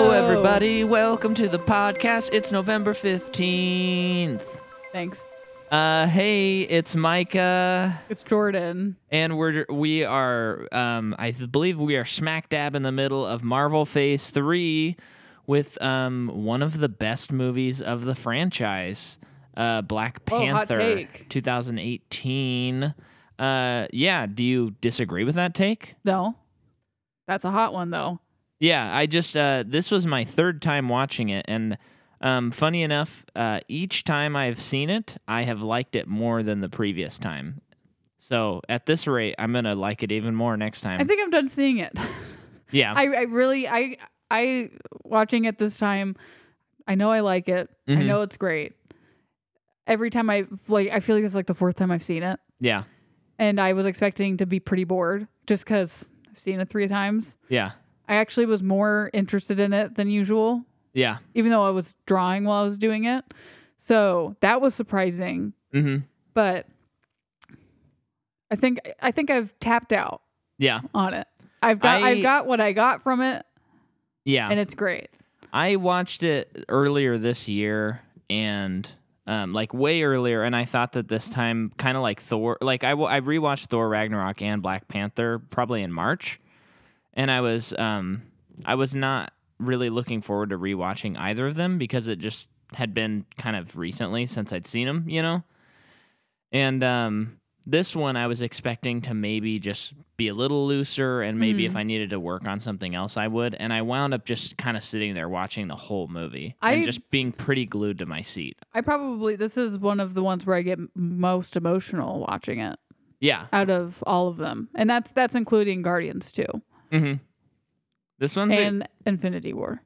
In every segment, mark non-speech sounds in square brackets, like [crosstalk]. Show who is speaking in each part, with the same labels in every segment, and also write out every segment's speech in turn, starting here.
Speaker 1: everybody. Welcome to the podcast. It's November 15th.
Speaker 2: Thanks.
Speaker 1: Uh, hey, it's Micah,
Speaker 2: It's Jordan.
Speaker 1: and we're we are um I believe we are smack dab in the middle of Marvel Phase 3 with um one of the best movies of the franchise, uh Black
Speaker 2: Whoa, Oh, hot
Speaker 1: Panther
Speaker 2: take.
Speaker 1: 2018. Uh yeah, do you disagree with that take?
Speaker 2: No, that's a hot one though.
Speaker 1: Yeah, I just uh, this was my third time watching it, and um, funny enough, uh, each time I've seen it, I have liked it more than the previous time. So at this rate, I'm gonna like it even more next time.
Speaker 2: I think I'm done seeing it.
Speaker 1: yeah,
Speaker 2: [laughs] I, I really, I, I watching it this time. I know I like it. I
Speaker 1: Mhm.
Speaker 2: know it's great. Every time I like, I feel like it's like the fourth time I've seen it,
Speaker 1: yeah,
Speaker 2: and I was expecting to be pretty bored just because I've seen it three times.
Speaker 1: yeah,
Speaker 2: I actually was more interested in it than usual,
Speaker 1: yeah.
Speaker 2: even though I was drawing while I was doing it. So that was surprising.
Speaker 1: Mm-hmm.
Speaker 2: but I think I think I've tapped out
Speaker 1: Yeah,
Speaker 2: on it. I've got
Speaker 1: I-
Speaker 2: I, have got what I got from it,
Speaker 1: yeah.
Speaker 2: and it's great.
Speaker 1: I watched it earlier this year and um, like way earlier, and I thought that this time, kind of like Thor, like I, w- I rewatched Thor Ragnarok and Black Panther probably in March, and I was um, I was not really looking forward to rewatching either of them because it just had been kind of recently since I'd seen them, you know. And um, this one I was expecting to maybe just be a little looser, and maybe
Speaker 2: Mhm.
Speaker 1: if I needed to work on something else, I would. And I wound up just kind of sitting there watching the whole movie
Speaker 2: I-
Speaker 1: and just being pretty glued to my seat.
Speaker 2: I probably this is one of the ones where I get m- most emotional watching it
Speaker 1: Yeah.
Speaker 2: out of all of them, and that's that's including Guardians too
Speaker 1: hmm This one's a-
Speaker 2: and Infinity War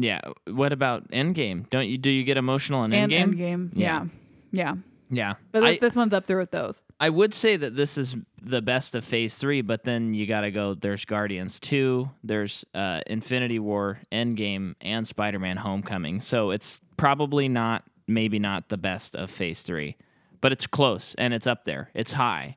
Speaker 1: yeah. What about Endgame? Don't you do you get emotional in
Speaker 2: and
Speaker 1: Endgame?
Speaker 2: Endgame.
Speaker 1: Yeah.
Speaker 2: Yeah, yeah.
Speaker 1: Yeah.
Speaker 2: But
Speaker 1: I,
Speaker 2: th- this one's up there with those.
Speaker 1: I would say that this is the best of Phase Three, but then you got to go. There's Guardians Two, there's uh, Infinity War, Endgame, and Spider-Man: Homecoming. So it's probably not, maybe not the best of Phase Three, but it's close and it's up there. It's high.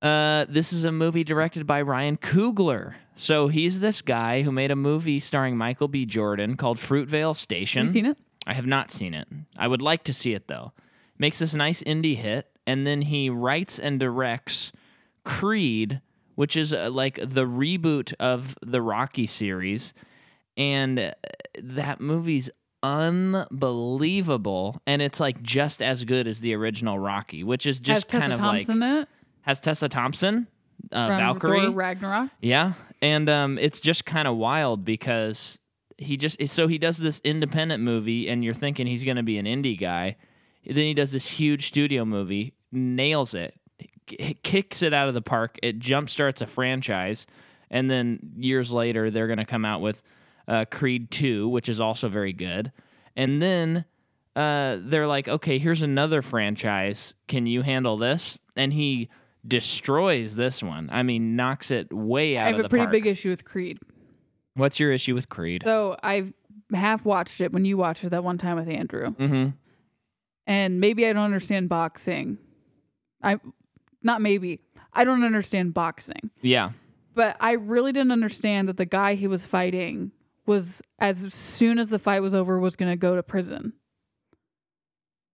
Speaker 1: Uh, this is a movie directed by Ryan Coogler. So he's this guy who made a movie starring Michael B. Jordan called Fruitvale Station.
Speaker 2: Have you seen it?
Speaker 1: I have not seen it. I would like to see it though. Makes this nice indie hit, and then he writes and directs Creed, which is uh, like the reboot of the Rocky series, and uh, that movie's unbelievable, and it's like just as good as the original Rocky, which is
Speaker 2: Has
Speaker 1: just
Speaker 2: Tessa
Speaker 1: kind of
Speaker 2: Thompson
Speaker 1: like
Speaker 2: in it
Speaker 1: has Tessa Thompson, uh,
Speaker 2: from
Speaker 1: Valkyrie,
Speaker 2: Thor Ragnarok.
Speaker 1: yeah, and um, it's just kind of wild because he just so he does this independent movie, and you're thinking he's gonna be an indie guy. Then he does this huge studio movie, nails it, k- kicks it out of the park. It jumpstarts a franchise, and then years later they're gonna come out with uh, Creed Two, which is also very good, and then. Uh, they're like, okay, here's another franchise. Can you handle this? And he destroys this one. I mean, knocks it way out
Speaker 2: I have
Speaker 1: of the
Speaker 2: a pretty
Speaker 1: park.
Speaker 2: big issue with Creed.
Speaker 1: What's your issue with Creed?
Speaker 2: So I've half watched it when you watched it that one time with Andrew.
Speaker 1: mm-hmm.
Speaker 2: and maybe I don't understand boxing. I not maybe. I don't understand boxing.
Speaker 1: Yeah.
Speaker 2: But I really didn't understand that the guy he was fighting was as soon as the fight was over was going to go to prison.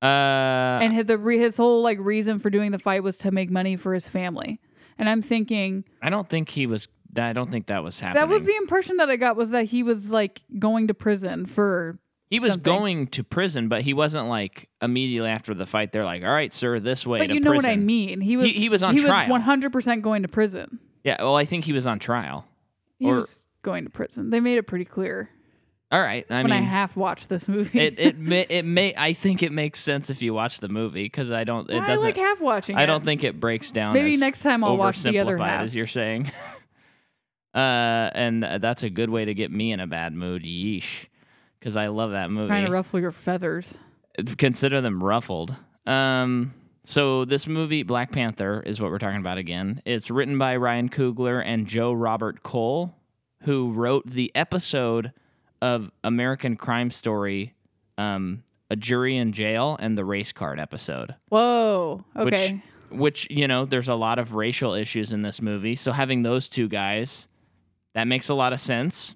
Speaker 1: Uh,
Speaker 2: and his, the re, his whole like reason for doing the fight was to make money for his family. And I'm thinking
Speaker 1: I don't think he was. I don't think that was happening.
Speaker 2: that was the impression that I got was that he was like going to prison for
Speaker 1: he was
Speaker 2: something.
Speaker 1: going to prison, but he wasn't like immediately after the fight. They're like, "All right, sir, this way
Speaker 2: But
Speaker 1: to
Speaker 2: you know
Speaker 1: prison."
Speaker 2: what I mean. He was
Speaker 1: he was on
Speaker 2: he
Speaker 1: trial.
Speaker 2: was 100% going to prison.
Speaker 1: Yeah. Well, I think he was on trial.
Speaker 2: He
Speaker 1: Or-
Speaker 2: was going to prison. They made it pretty clear.
Speaker 1: All right. I
Speaker 2: when
Speaker 1: mean,
Speaker 2: I half watched this movie. [laughs]
Speaker 1: it it may, it may. I think it makes sense if you watch the movie because I don't. It
Speaker 2: I
Speaker 1: doesn't.
Speaker 2: like half watching.
Speaker 1: I
Speaker 2: it.
Speaker 1: don't think it breaks down.
Speaker 2: Maybe
Speaker 1: as
Speaker 2: next time I'll watch the other
Speaker 1: oversimplified
Speaker 2: half.
Speaker 1: as you're saying. [laughs] uh, and that's a good way to get me in a bad mood. Yeesh, because I love that movie.
Speaker 2: Trying to ruffle your feathers.
Speaker 1: consider them ruffled. Um, so this movie, Black Panther, is what we're talking about again. It's written by Ryan Coogler and Joe Robert Cole, who wrote the episode of American Crime Story, um, A Jury in Jail, and the race card episode
Speaker 2: Whoa. Okay.
Speaker 1: which you know there's a lot of racial issues in this movie so having those two guys that makes a lot of sense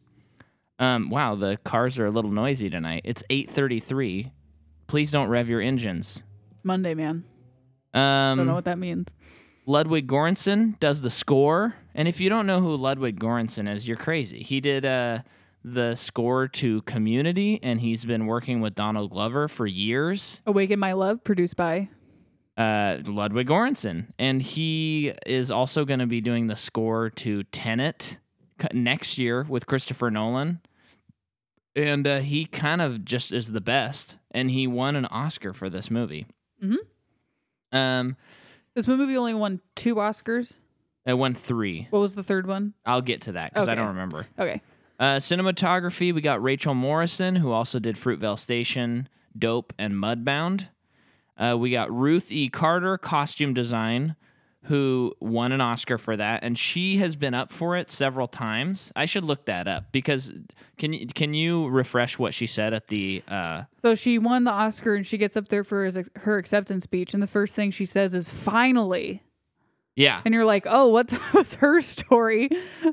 Speaker 1: Um, wow, the cars are a little noisy tonight. It's 8:33. Please don't rev your engines.
Speaker 2: Monday, man. I don't know
Speaker 1: Um,
Speaker 2: what that means.
Speaker 1: Ludwig Göransson does the score, and if you don't know who Ludwig Göransson is, you're crazy. He did uh, the score to Community, and he's been working with Donald Glover for years.
Speaker 2: Awaken My Love, produced by.
Speaker 1: uh, Ludwig Göransson, and he is also going to be doing the score to Tenet c- next year with Christopher Nolan. And uh, he kind of just is the best, and he won an Oscar for this movie. Mm-hmm. Um,
Speaker 2: This movie only won two Oscars.
Speaker 1: it won three.
Speaker 2: What was the third one?
Speaker 1: I'll get to that because I
Speaker 2: Okay.
Speaker 1: don't remember.
Speaker 2: Okay.
Speaker 1: Uh, cinematography, we got Rachel Morrison, who also did Fruitvale Station, Dope, and Mudbound. Uh, we got Ruth E. Carter, costume design, who won an Oscar for that, and she has been up for it several times. I should look that up because can you can you refresh what she said at the? Uh,
Speaker 2: So she won the Oscar and she gets up there for his, her acceptance speech. And the first thing she says is, finally.
Speaker 1: yeah,
Speaker 2: And you're like, oh, what's, [laughs] what's her story?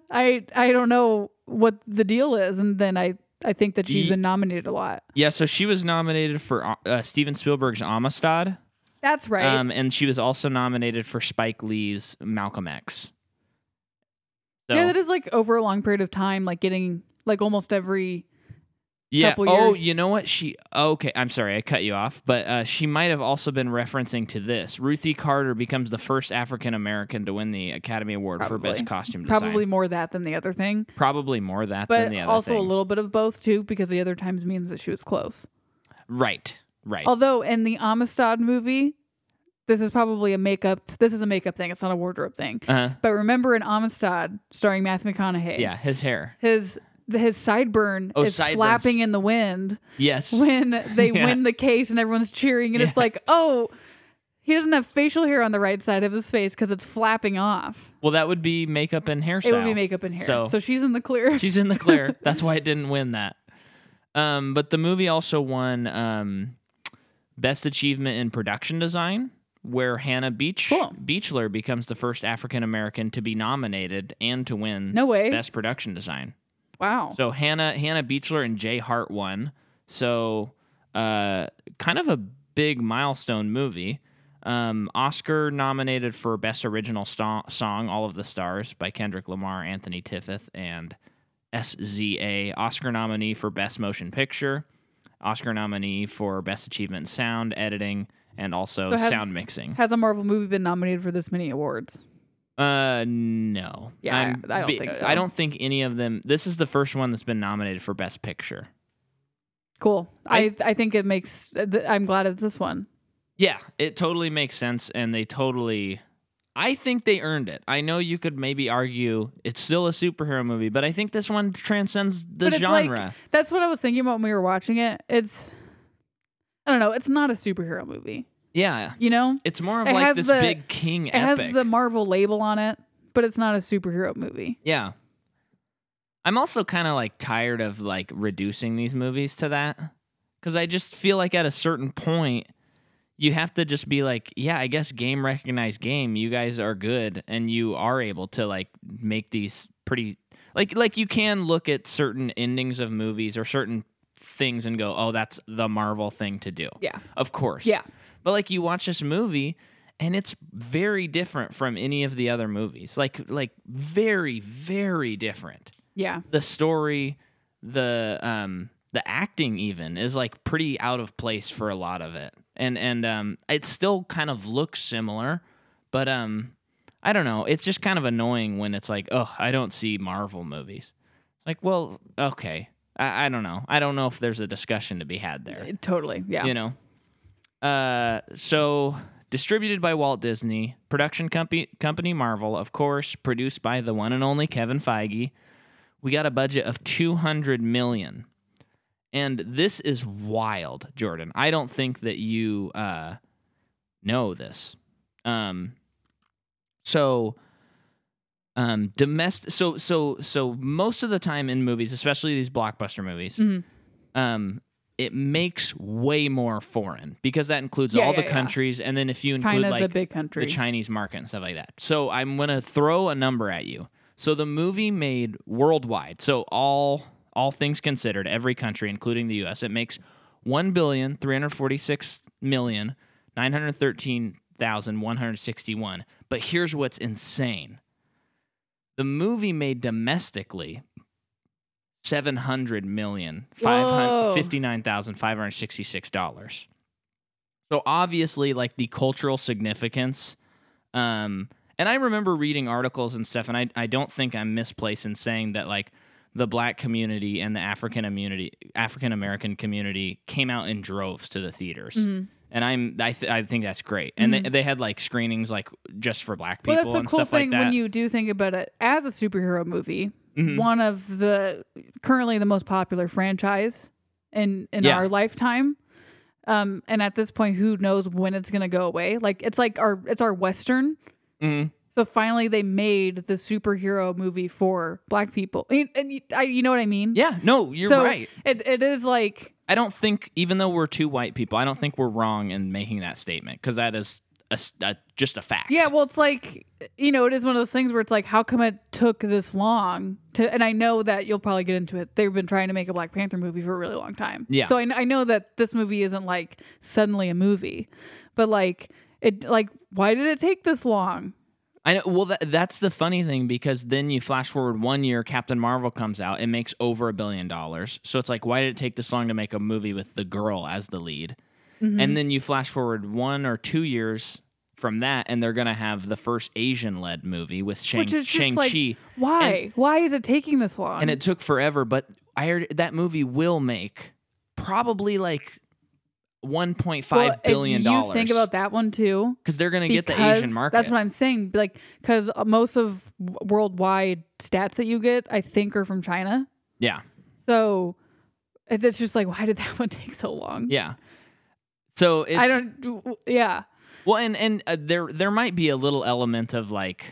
Speaker 2: I I don't know what the deal is. And then I, I think that she's
Speaker 1: Ye-
Speaker 2: been nominated a lot.
Speaker 1: yeah. So she was nominated for uh, Steven Spielberg's Amistad,
Speaker 2: That's right.
Speaker 1: um, and she was also nominated for Spike Lee's Malcolm X. So-
Speaker 2: Yeah, that is like over a long period of time, like getting like almost every.
Speaker 1: yeah.
Speaker 2: couple
Speaker 1: oh,
Speaker 2: years.
Speaker 1: you know what? She okay. I'm sorry, I cut you off, but uh, she might have also been referencing to this. Ruthie Carter becomes the first African American to win the Academy Award for
Speaker 2: Probably.
Speaker 1: Best Costume Design.
Speaker 2: Probably more that than the other thing,
Speaker 1: probably more that than
Speaker 2: but
Speaker 1: the other
Speaker 2: also a
Speaker 1: thing.
Speaker 2: little bit of both too, because the other times means that she was close.
Speaker 1: right, right.
Speaker 2: Although in the Amistad movie, this is probably a makeup. This is a makeup thing. It's not a wardrobe thing.
Speaker 1: uh,
Speaker 2: But remember in Amistad, starring Matthew McConaughey,
Speaker 1: yeah, his hair.
Speaker 2: his his sideburn
Speaker 1: Oh,
Speaker 2: is
Speaker 1: sideburns.
Speaker 2: flapping in the wind
Speaker 1: Yes,
Speaker 2: when they
Speaker 1: [laughs] Yeah.
Speaker 2: win the case and everyone's cheering, and it's
Speaker 1: Yeah.
Speaker 2: like, oh, he doesn't have facial hair on the right side of his face because it's flapping off.
Speaker 1: well, that would be makeup and hairstyle.
Speaker 2: It would be makeup and hair.
Speaker 1: So-
Speaker 2: So, she's in the clear.
Speaker 1: She's in the clear. That's why it didn't win that. Um, but the movie also won um, best achievement in production design, where Hannah Beach
Speaker 2: Cool.
Speaker 1: Beechler becomes the first African American to be nominated and to win
Speaker 2: [laughs] No way.
Speaker 1: best production design.
Speaker 2: wow.
Speaker 1: So Hannah Hannah Beechler and Jay Hart won. So uh, kind of a big milestone movie. Um, Oscar nominated for best original sto- song, "All of the Stars" by Kendrick Lamar, Anthony Tiffith, and SZA. Oscar nominee for best motion picture. Oscar nominee for best achievement in sound editing and also
Speaker 2: So has-
Speaker 1: sound mixing.
Speaker 2: Has a Marvel movie been nominated for this many awards?
Speaker 1: Uh, no.
Speaker 2: Yeah,
Speaker 1: I'm-
Speaker 2: I- I don't
Speaker 1: be-
Speaker 2: think so.
Speaker 1: I don't think any of them. This is the first one that's been nominated for Best Picture.
Speaker 2: Cool. I I think it makes. uh, th- I'm glad it's this one.
Speaker 1: Yeah, it totally makes sense, and they totally. I think they earned it. I know you could maybe argue it's still a superhero movie, but I think this one transcends the
Speaker 2: But it's like-
Speaker 1: genre.
Speaker 2: That's what I was thinking about when we were watching it. It's. I don't know. It's not a superhero movie.
Speaker 1: yeah,
Speaker 2: You know,
Speaker 1: it's more of
Speaker 2: It
Speaker 1: like
Speaker 2: has
Speaker 1: this
Speaker 2: the-
Speaker 1: big king
Speaker 2: it
Speaker 1: epic.
Speaker 2: has the Marvel label on it, but it's not a superhero movie.
Speaker 1: yeah, I'm also kind of like tired of like reducing these movies to that because I just feel like at a certain point. You have to just be like, yeah, I guess game recognized game. You guys are good, and you are able to like make these pretty like like you can look at certain endings of movies or certain things and go oh that's the marvel thing to do
Speaker 2: Yeah.
Speaker 1: of course
Speaker 2: Yeah.
Speaker 1: but like you watch this movie and it's very different from any of the other movies like like very very different
Speaker 2: Yeah.
Speaker 1: the story the um the acting even is like pretty out of place for a lot of it and and um it still kind of looks similar but um i don't know it's just kind of annoying when it's like oh i don't see marvel movies like well okay i, I don't know i don't know if there's a discussion to be had there
Speaker 2: Totally. Yeah.
Speaker 1: you know uh so distributed by Walt Disney production company company Marvel of course produced by the one and only Kevin Feige we got a budget of 200 million and this is wild Jordan I don't think that you uh know this um so um domestic so so so most of the time in movies especially these blockbuster movies
Speaker 2: Mhm.
Speaker 1: um it makes way more foreign because that includes
Speaker 2: Yeah,
Speaker 1: all
Speaker 2: yeah,
Speaker 1: the
Speaker 2: yeah.
Speaker 1: countries and then if you include
Speaker 2: China's
Speaker 1: like
Speaker 2: a big country.
Speaker 1: the Chinese market and stuff like that. So I'm gonna throw a number at you. So the movie made worldwide, so all all things considered, every country, including the U.S., it makes one billion three hundred forty-six million nine hundred thirteen thousand one hundred sixty-one. But here's what's insane: the movie made domestically seven hundred million five
Speaker 2: Whoa.
Speaker 1: hundred fifty-nine thousand five hundred sixty-six dollars. So obviously, like the cultural significance. Um, and I remember reading articles and stuff, and I, I don't think I'm misplaced in saying that like the black community and the African community, African American community, came out in droves to the theaters.
Speaker 2: Mhm.
Speaker 1: And I'm I, th- I think that's great. And they, they had like screenings like just for black people
Speaker 2: Mm-hmm. Well, that's the
Speaker 1: and
Speaker 2: cool
Speaker 1: stuff
Speaker 2: thing
Speaker 1: like that.
Speaker 2: when you do think about it as a superhero movie.
Speaker 1: Mhm.
Speaker 2: One of the currently the most popular franchise in in
Speaker 1: Yeah.
Speaker 2: our lifetime. Um, and at this point, who knows when it's gonna go away? Like it's like our it's our western.
Speaker 1: Mhm.
Speaker 2: So finally, they made the superhero movie for black people. And, and you, I, you know what I mean?
Speaker 1: Yeah, no, you're
Speaker 2: so
Speaker 1: right.
Speaker 2: It, it is like
Speaker 1: I don't think even though we're two white people, I don't think we're wrong in making that statement because that is a s a just a fact.
Speaker 2: Yeah, well, it's like you know, it is one of those things where it's like, how come it took this long to? And I know that you'll probably get into it. They've been trying to make a Black Panther movie for a really long time.
Speaker 1: Yeah.
Speaker 2: So I, kn- I know that this movie isn't like suddenly a movie, but like it, like why did it take this long?
Speaker 1: I know. Well, that, that's the funny thing because then you flash forward one year, Captain Marvel comes out, it makes over a billion dollars. So it's like, why did it take this long to make a movie with the girl as the lead?
Speaker 2: Mm-hmm.
Speaker 1: And then you flash forward one or two years from that, and they're gonna have the first Asian-led movie with Shang
Speaker 2: Which is just
Speaker 1: Shang
Speaker 2: like-
Speaker 1: Chi,
Speaker 2: Why? why is it taking this long?
Speaker 1: and it took forever. But I heard that movie will make probably like one point
Speaker 2: Well,
Speaker 1: five billion
Speaker 2: if
Speaker 1: dollars.
Speaker 2: You think about that one too.
Speaker 1: because they're gonna get the
Speaker 2: because
Speaker 1: Asian market.
Speaker 2: That's what I'm saying. Like, because most of w- worldwide stats that you get, I think, are from China.
Speaker 1: yeah.
Speaker 2: So it- it's just like, why did that [laughs] one take so long?
Speaker 1: Yeah. So it's,
Speaker 2: I don't. Yeah,
Speaker 1: Well, and and uh, there there might be a little element of like,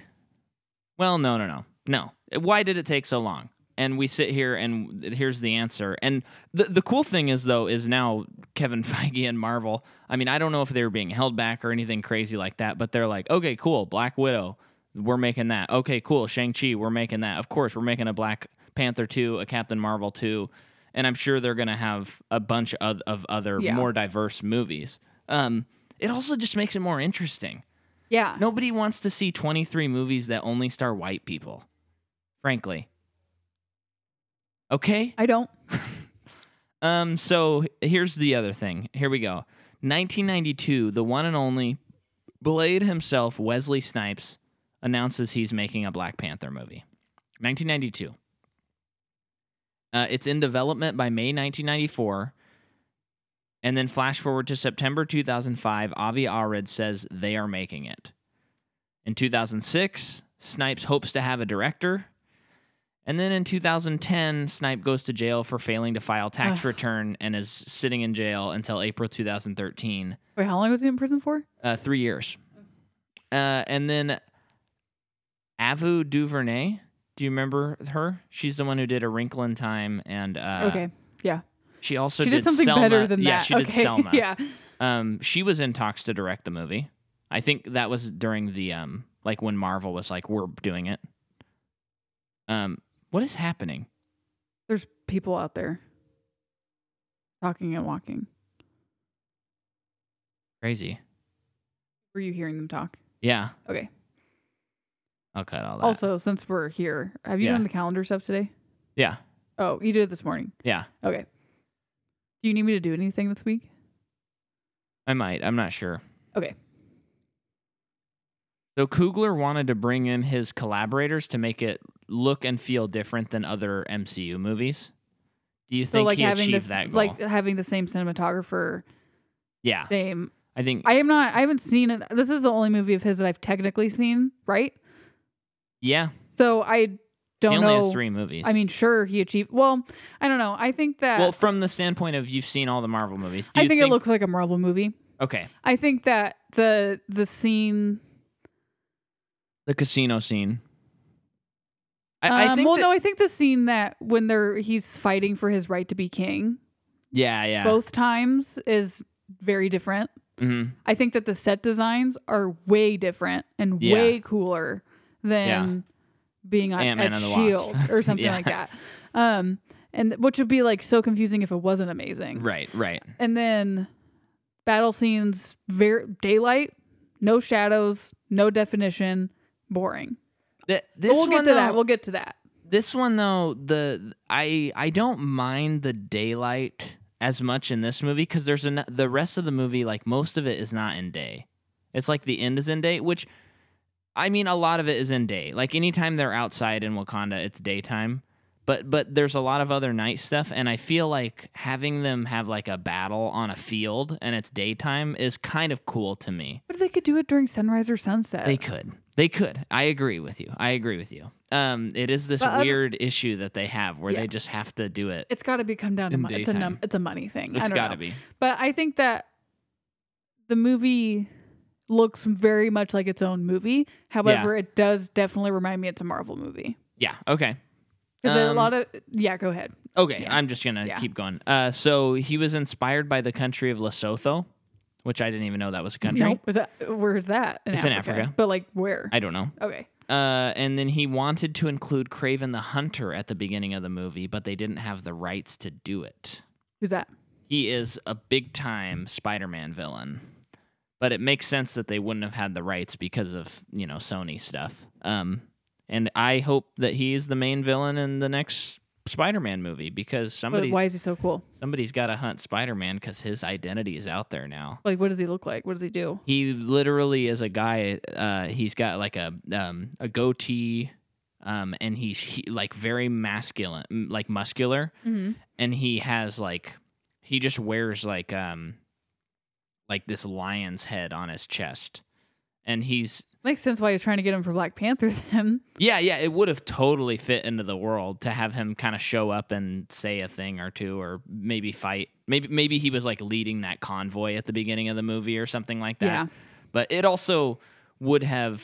Speaker 1: well, no, no, no, no. Why did it take so long? And we sit here, and th- here's the answer. And the the cool thing is though is now Kevin [laughs] Feige and Marvel. I mean, I don't know if they were being held back or anything crazy like that, but they're like, okay, cool, Black Widow, we're making that. Okay, cool, Shang Chi, we're making that. Of course, we're making a Black Panther two, a Captain Marvel two, and I'm sure they're gonna have a bunch of of other
Speaker 2: Yeah.
Speaker 1: more diverse movies. Um, it also just makes it more interesting.
Speaker 2: yeah.
Speaker 1: Nobody wants to see 23 movies that only star white people, frankly. Okay?
Speaker 2: I don't.
Speaker 1: Um so h- here's the other thing. Here we go. 1992, the one and only Blade himself, Wesley Snipes, announces he's making a Black Panther movie. 1992. Uh, it's in development by May 1994. And then flash forward to September 2005, Avi Arid says they are making it. In 2006, Snipes hopes to have a director. And then in 2010, Snipe goes to jail for failing to file tax
Speaker 2: Ugh.
Speaker 1: return and is sitting in jail until April 2013
Speaker 2: Wait, how long was he in prison for?
Speaker 1: uh, three years. Uh, and then Avu DuVernay. Do you remember her? She's the one who did A Wrinkle in Time, and uh,
Speaker 2: okay, yeah.
Speaker 1: she also
Speaker 2: She did something
Speaker 1: Selma.
Speaker 2: better than
Speaker 1: yeah,
Speaker 2: that.
Speaker 1: she
Speaker 2: okay. [laughs]
Speaker 1: did Selma.
Speaker 2: yeah.
Speaker 1: Um, she was in talks to direct the movie. I think that was during the um, like when Marvel was like, "We're doing it." Um, what is happening?
Speaker 2: There's people out there talking and walking.
Speaker 1: Crazy.
Speaker 2: Were you hearing them talk?
Speaker 1: Yeah,
Speaker 2: Okay.
Speaker 1: I'll cut all that.
Speaker 2: Also, since we're here, have you
Speaker 1: Yeah.
Speaker 2: done the calendar stuff today?
Speaker 1: yeah,
Speaker 2: Oh, you did it this morning.
Speaker 1: yeah.
Speaker 2: Okay. Do you need me to do anything this week?
Speaker 1: I might. I'm not sure.
Speaker 2: Okay.
Speaker 1: So Kugler wanted to bring in his collaborators to make it look and feel different than other MCU movies. Do you
Speaker 2: So
Speaker 1: think
Speaker 2: like
Speaker 1: he
Speaker 2: having
Speaker 1: achieved
Speaker 2: this,
Speaker 1: that goal?
Speaker 2: like having the same cinematographer,
Speaker 1: yeah,
Speaker 2: same
Speaker 1: I think.
Speaker 2: I am not. I haven't seen it. This is the only movie of his that I've technically seen, right?
Speaker 1: yeah,
Speaker 2: So I don't
Speaker 1: he
Speaker 2: know.
Speaker 1: only has three movies.
Speaker 2: I mean, sure, he achieved. Well, I don't know. I think that.
Speaker 1: well, from the standpoint of you've seen all the Marvel movies, do
Speaker 2: I
Speaker 1: you
Speaker 2: think, it looks like a Marvel movie.
Speaker 1: okay.
Speaker 2: I think that the the scene.
Speaker 1: The casino scene. I, I
Speaker 2: um,
Speaker 1: think.
Speaker 2: well,
Speaker 1: that-
Speaker 2: no, I think the scene that when they're he's fighting for his right to be king
Speaker 1: yeah, yeah.
Speaker 2: both times is very different.
Speaker 1: Mhm.
Speaker 2: I think that the set designs are way different and
Speaker 1: Yeah.
Speaker 2: way cooler than being on
Speaker 1: Ant-Man
Speaker 2: at
Speaker 1: and the Wasp. [laughs]
Speaker 2: Shield or something
Speaker 1: Yeah.
Speaker 2: like that. Um, and which would be like so confusing if it wasn't amazing.
Speaker 1: Right, right.
Speaker 2: And then battle scenes, ver- daylight, no shadows, no definition, boring.
Speaker 1: Th- this
Speaker 2: But we'll get
Speaker 1: one,
Speaker 2: to that.
Speaker 1: though-
Speaker 2: We'll get to that.
Speaker 1: this one though the i i don't mind the daylight as much in this movie because there's an the rest of the movie like most of it is not in day it's like the end is in day which i mean a lot of it is in day like anytime they're outside in wakanda it's daytime but but there's a lot of other night stuff and i feel like having them have like a battle on a field and it's daytime is kind of cool to me
Speaker 2: But they could do it during sunrise or sunset.
Speaker 1: they could. They could. I agree with you. I agree with you. Um, it is this
Speaker 2: But other-
Speaker 1: weird issue that they have where
Speaker 2: Yeah.
Speaker 1: they just have to do it.
Speaker 2: it's got to be come down to
Speaker 1: In
Speaker 2: money. It's a
Speaker 1: daytime.
Speaker 2: num- it's a money thing. I
Speaker 1: It's
Speaker 2: don't
Speaker 1: got to
Speaker 2: know.
Speaker 1: be.
Speaker 2: But I think that the movie looks very much like its own movie. However, it does definitely remind me it's a Marvel movie.
Speaker 1: Yeah. Okay.
Speaker 2: Because a
Speaker 1: Um,
Speaker 2: lot of yeah, go ahead.
Speaker 1: Okay.
Speaker 2: Yeah.
Speaker 1: I'm just gonna
Speaker 2: Yeah.
Speaker 1: keep going. Uh, so he was inspired by the country of Lesotho, which I didn't even know that was a country.
Speaker 2: Nope. Is that where is that?
Speaker 1: It's in Africa.
Speaker 2: But like where?
Speaker 1: I don't know.
Speaker 2: okay.
Speaker 1: Uh, and then he wanted to include Craven the Hunter at the beginning of the movie, but they didn't have the rights to do it.
Speaker 2: Who's that?
Speaker 1: He is a big time Spider Man villain. But it makes sense that they wouldn't have had the rights because of, you know, Sony stuff. Um, and I hope that he is the main villain in the next Spider Man movie because
Speaker 2: But
Speaker 1: somebody
Speaker 2: why is he so cool?
Speaker 1: somebody's gotta hunt Spider Man because his identity is out there now.
Speaker 2: Like what does he look like? What does he do?
Speaker 1: He literally is a guy. Uh, he's got like a um, a goatee, um, and he's he, like very masculine, m- like muscular,
Speaker 2: Mm-hmm.
Speaker 1: and he has like he just wears like um like this lion's head on his chest, and he's
Speaker 2: Makes sense why he's trying to get him for Black Panther then.
Speaker 1: yeah yeah it would have totally fit into the world to have him kind of show up and say a thing or two or maybe fight maybe maybe he was like leading that convoy at the beginning of the movie or something like that
Speaker 2: Yeah.
Speaker 1: but it also would have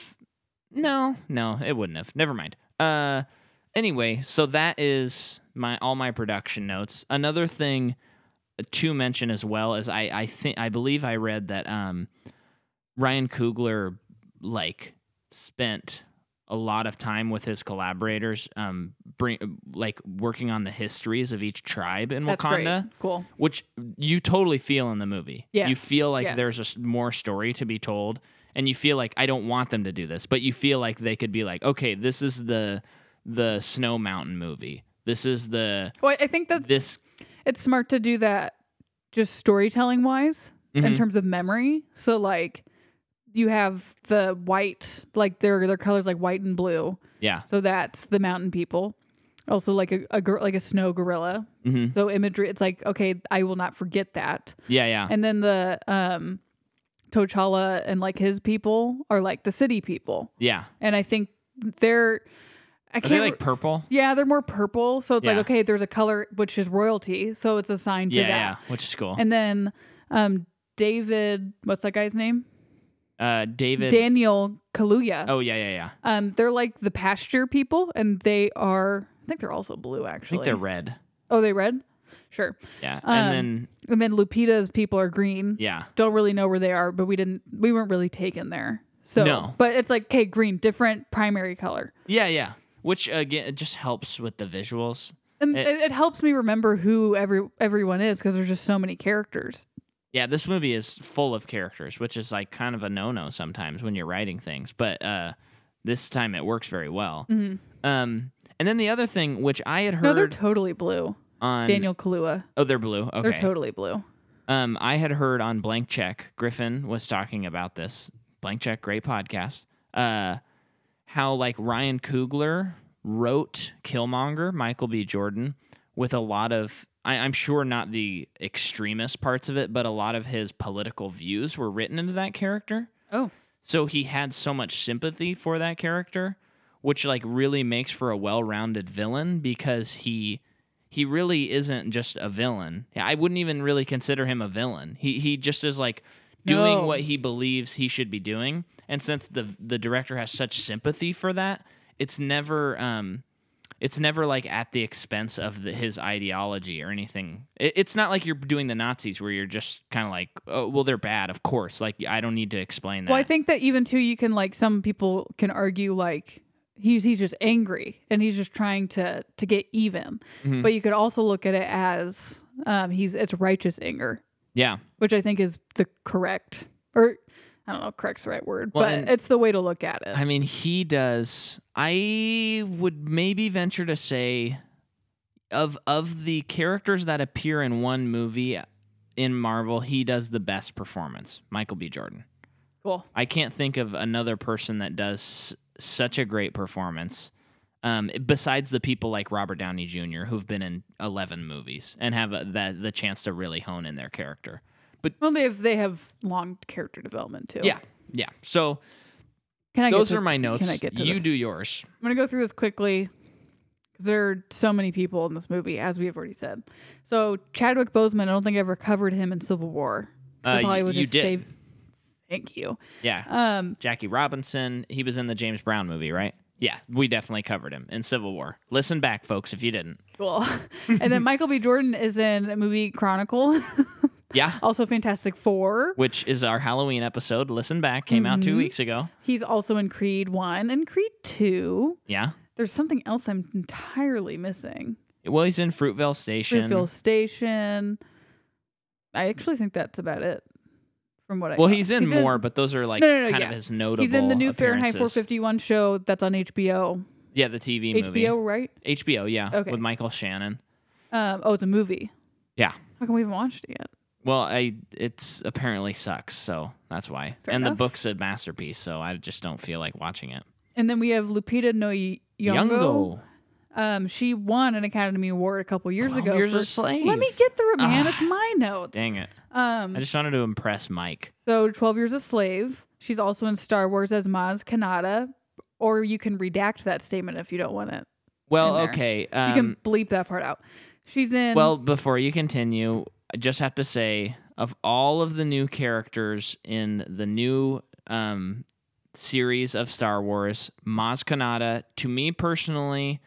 Speaker 1: no no it wouldn't have never mind uh anyway so that is my all my production notes another thing to mention as well is i i think i believe i read that um ryan kugler like spent a lot of time with his collaborators um bring like working on the histories of each tribe in
Speaker 2: That's
Speaker 1: wakanda
Speaker 2: great. Cool.
Speaker 1: which you totally feel in the movie. You
Speaker 2: Yes.
Speaker 1: feel like
Speaker 2: Yes.
Speaker 1: there's a s more story to be told, and you feel like I don't want them to do this, but you feel like they could be like, okay, this is the the Snow Mountain movie. This is the
Speaker 2: Well, I think that's
Speaker 1: this.
Speaker 2: it's smart to do that just storytelling wise in
Speaker 1: Mhm.
Speaker 2: terms of memory. So like you have the white, like their their colors like white and blue.
Speaker 1: Yeah.
Speaker 2: So that's the mountain people. Also like a, a gor- like a snow gorilla.
Speaker 1: hmm
Speaker 2: So imagery it's like okay, I will not forget that.
Speaker 1: Yeah. Yeah.
Speaker 2: And then the um T'Challa and like his people are like the city people.
Speaker 1: yeah.
Speaker 2: And I think they're I
Speaker 1: Are
Speaker 2: can't
Speaker 1: they
Speaker 2: re-
Speaker 1: like purple?
Speaker 2: yeah, they're more purple. So it's like,
Speaker 1: Yeah.
Speaker 2: okay, there's a color which is royalty. So it's assigned to
Speaker 1: Yeah.
Speaker 2: that.
Speaker 1: Yeah. Which is cool.
Speaker 2: And then um David, what's that guy's name?
Speaker 1: uh, David.
Speaker 2: Daniel Kaluuya.
Speaker 1: oh yeah. Yeah. Yeah. I
Speaker 2: Um they're like the pasture people and they are I think they're also blue actually.
Speaker 1: think they're red.
Speaker 2: Oh, they red? Sure.
Speaker 1: Yeah.
Speaker 2: Um,
Speaker 1: and then
Speaker 2: And then Lupita's people are green.
Speaker 1: yeah.
Speaker 2: Don't really know where they are, but we didn't we weren't really taken there. So
Speaker 1: No.
Speaker 2: but it's like, okay, green, different primary color.
Speaker 1: Yeah. Yeah. Which again, it just helps with the visuals.
Speaker 2: And
Speaker 1: It-
Speaker 2: it, it helps me remember who every everyone is because there's just so many characters.
Speaker 1: Yeah, this movie is full of characters, which is like kind of a no-no sometimes when you're writing things, but uh, this time it works very well.
Speaker 2: Mhm.
Speaker 1: Um, and then the other thing, which I had heard
Speaker 2: No, they're totally blue.
Speaker 1: on
Speaker 2: Daniel Kalua.
Speaker 1: oh, they're blue. Okay,
Speaker 2: They're totally blue.
Speaker 1: um, I had heard on Blank Check, Griffin was talking about this. Blank Check, great podcast. Uh, how like Ryan Coogler wrote Killmonger, Michael B. Jordan, with a lot of I, I'm sure not the extremist parts of it, but a lot of his political views were written into that character.
Speaker 2: Oh.
Speaker 1: So he had so much sympathy for that character, which like really makes for a well-rounded villain because he he really isn't just a villain. I wouldn't even really consider him a villain. He he just is like doing
Speaker 2: No.
Speaker 1: what he believes he should be doing. And since the the director has such sympathy for that, it's never um it's never like at the expense of the, his ideology or anything. It, it's not like you're doing the Nazis where you're just kind of like, oh, well, they're bad, of course. Like I don't need to explain that.
Speaker 2: Well, I think that even too, you can like some people can argue like he's he's just angry and he's just trying to to get even.
Speaker 1: Mhm.
Speaker 2: But you could also look at it as um, he's it's righteous anger,
Speaker 1: yeah.
Speaker 2: which I think is the correct or I don't know, if correct's the right word,
Speaker 1: Well, and-
Speaker 2: but it's the way to look at it.
Speaker 1: I mean, he does. I would maybe venture to say, of of the characters that appear in one movie in Marvel, he does the best performance. Michael B. Jordan.
Speaker 2: cool.
Speaker 1: I can't think of another person that does s- such a great performance. Um, besides the people like Robert Downey Jr., who've been in eleven movies and have a, the the chance to really hone in their character.
Speaker 2: Well, they have they have long character development too.
Speaker 1: Yeah, yeah. So
Speaker 2: Can I get
Speaker 1: those
Speaker 2: to-
Speaker 1: are my notes.
Speaker 2: Can I get to
Speaker 1: you
Speaker 2: this?
Speaker 1: do yours.
Speaker 2: I'm gonna go through this quickly because there are so many people in this movie, as we have already said. So Chadwick Boseman, I don't think I ever covered him in Civil War. So
Speaker 1: Uh,
Speaker 2: probably
Speaker 1: you-
Speaker 2: would
Speaker 1: you
Speaker 2: just
Speaker 1: did.
Speaker 2: save. Thank you.
Speaker 1: Yeah.
Speaker 2: Um,
Speaker 1: Jackie Robinson. He was in the James Brown movie, right? Yeah, we definitely covered him in Civil War. Listen back, folks, if you didn't.
Speaker 2: cool. [laughs] and then Michael B. Jordan is in a movie Chronicle, [laughs]
Speaker 1: Yeah,
Speaker 2: also Fantastic Four.
Speaker 1: which is our Halloween episode. Listen back, came out two
Speaker 2: Mhm.
Speaker 1: weeks ago.
Speaker 2: He's also in Creed One and Creed Two.
Speaker 1: Yeah.
Speaker 2: There's something else I'm entirely missing.
Speaker 1: Well, he's in Fruitvale Station.
Speaker 2: Refill Station. I actually think that's about it. From what I
Speaker 1: Well,
Speaker 2: got.
Speaker 1: he's in more, but those are like
Speaker 2: No, no, no,
Speaker 1: kind
Speaker 2: yeah.
Speaker 1: of his notable.
Speaker 2: He's in the new Fahrenheit
Speaker 1: appearances.
Speaker 2: 451 show that's on HBO.
Speaker 1: Yeah, the TV movie.
Speaker 2: HBO, right?
Speaker 1: HBO, yeah,
Speaker 2: Okay.
Speaker 1: with Michael Shannon.
Speaker 2: Um, oh, it's a movie.
Speaker 1: Yeah.
Speaker 2: How come we haven't watched it yet?
Speaker 1: Well, I it's apparently sucks, so that's why.
Speaker 2: Fair
Speaker 1: and
Speaker 2: enough.
Speaker 1: the book's a masterpiece, so I just don't feel like watching it.
Speaker 2: And then we have Lupita Nyong'o.
Speaker 1: Youngo,
Speaker 2: Um, she won an Academy Award a couple years
Speaker 1: 12
Speaker 2: ago.
Speaker 1: Years
Speaker 2: for-
Speaker 1: a slave.
Speaker 2: Let me get through it, man.
Speaker 1: Ah.
Speaker 2: it's my notes.
Speaker 1: Dang it.
Speaker 2: Um,
Speaker 1: I just wanted to impress Mike.
Speaker 2: so 12 Years a Slave. She's also in Star Wars as Maz Kanata. Or you can redact that statement if you don't want it.
Speaker 1: Well,
Speaker 2: in there.
Speaker 1: okay.
Speaker 2: You
Speaker 1: Um,
Speaker 2: can bleep that part out. She's in.
Speaker 1: well, before you continue, I just have to say of all of the new characters in the new um, series of Star Wars, Maz Kanata, to me personally,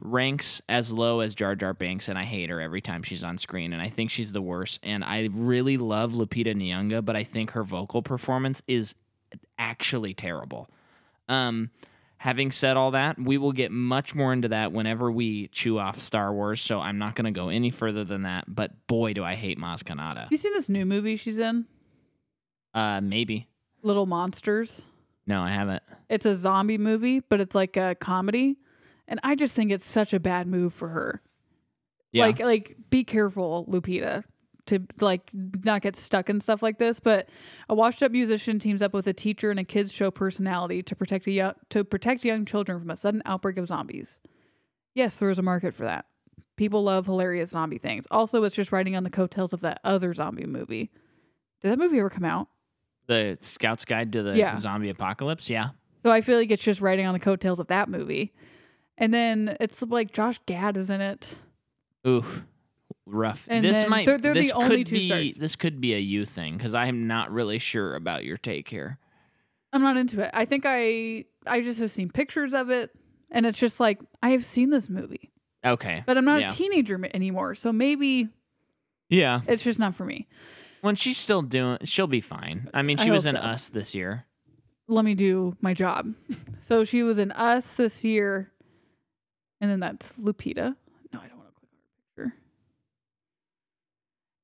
Speaker 1: ranks as low as Jar Jar Binks, and I hate her every time she's on screen, and I think she's the worst. And I really love Lupita Nyong'o, but I think her vocal performance is actually terrible. Um, having said all that, we will get much more into that whenever we chew off Star Wars. So I'm not going to go any further than that. But boy, do I hate Maz Kanata.
Speaker 2: you seen this new movie she's in?
Speaker 1: Uh, maybe.
Speaker 2: Little Monsters.
Speaker 1: No, I haven't.
Speaker 2: It's a zombie movie, but it's like a comedy. And I just think it's such a bad move for her.
Speaker 1: Yeah.
Speaker 2: Like like be careful, Lupita, to like not get stuck in stuff like this. But a washed up musician teams up with a teacher and a kids show personality to protect a young, to protect young children from a sudden outbreak of zombies. Yes, there is a market for that. People love hilarious zombie things. Also, it's just riding on the coattails of that other zombie movie. Did that movie ever come out?
Speaker 1: the Scout's Guide to the
Speaker 2: Yeah.
Speaker 1: Zombie Apocalypse. Yeah.
Speaker 2: So I feel like it's just riding on the coattails of that movie. And then it's like Josh Gad is in it.
Speaker 1: Oof. Rough.
Speaker 2: And
Speaker 1: this
Speaker 2: then
Speaker 1: might.
Speaker 2: they're- they're the
Speaker 1: this could
Speaker 2: only two
Speaker 1: be.
Speaker 2: stars.
Speaker 1: This could be a you thing because I am not really sure about your take here.
Speaker 2: I'm not into it. I think I I just have seen pictures of it and it's just like I have seen this movie,
Speaker 1: Okay.
Speaker 2: but I'm not
Speaker 1: Yeah.
Speaker 2: a teenager ma- anymore. So maybe
Speaker 1: Yeah.
Speaker 2: it's just not for me.
Speaker 1: When she's still doing, she'll be fine. I mean,
Speaker 2: I
Speaker 1: she was in
Speaker 2: hope so.
Speaker 1: Us this year.
Speaker 2: Let me do my job. [laughs] so she was in Us this year. And then that's Lupita. No, I don't want to click on her picture.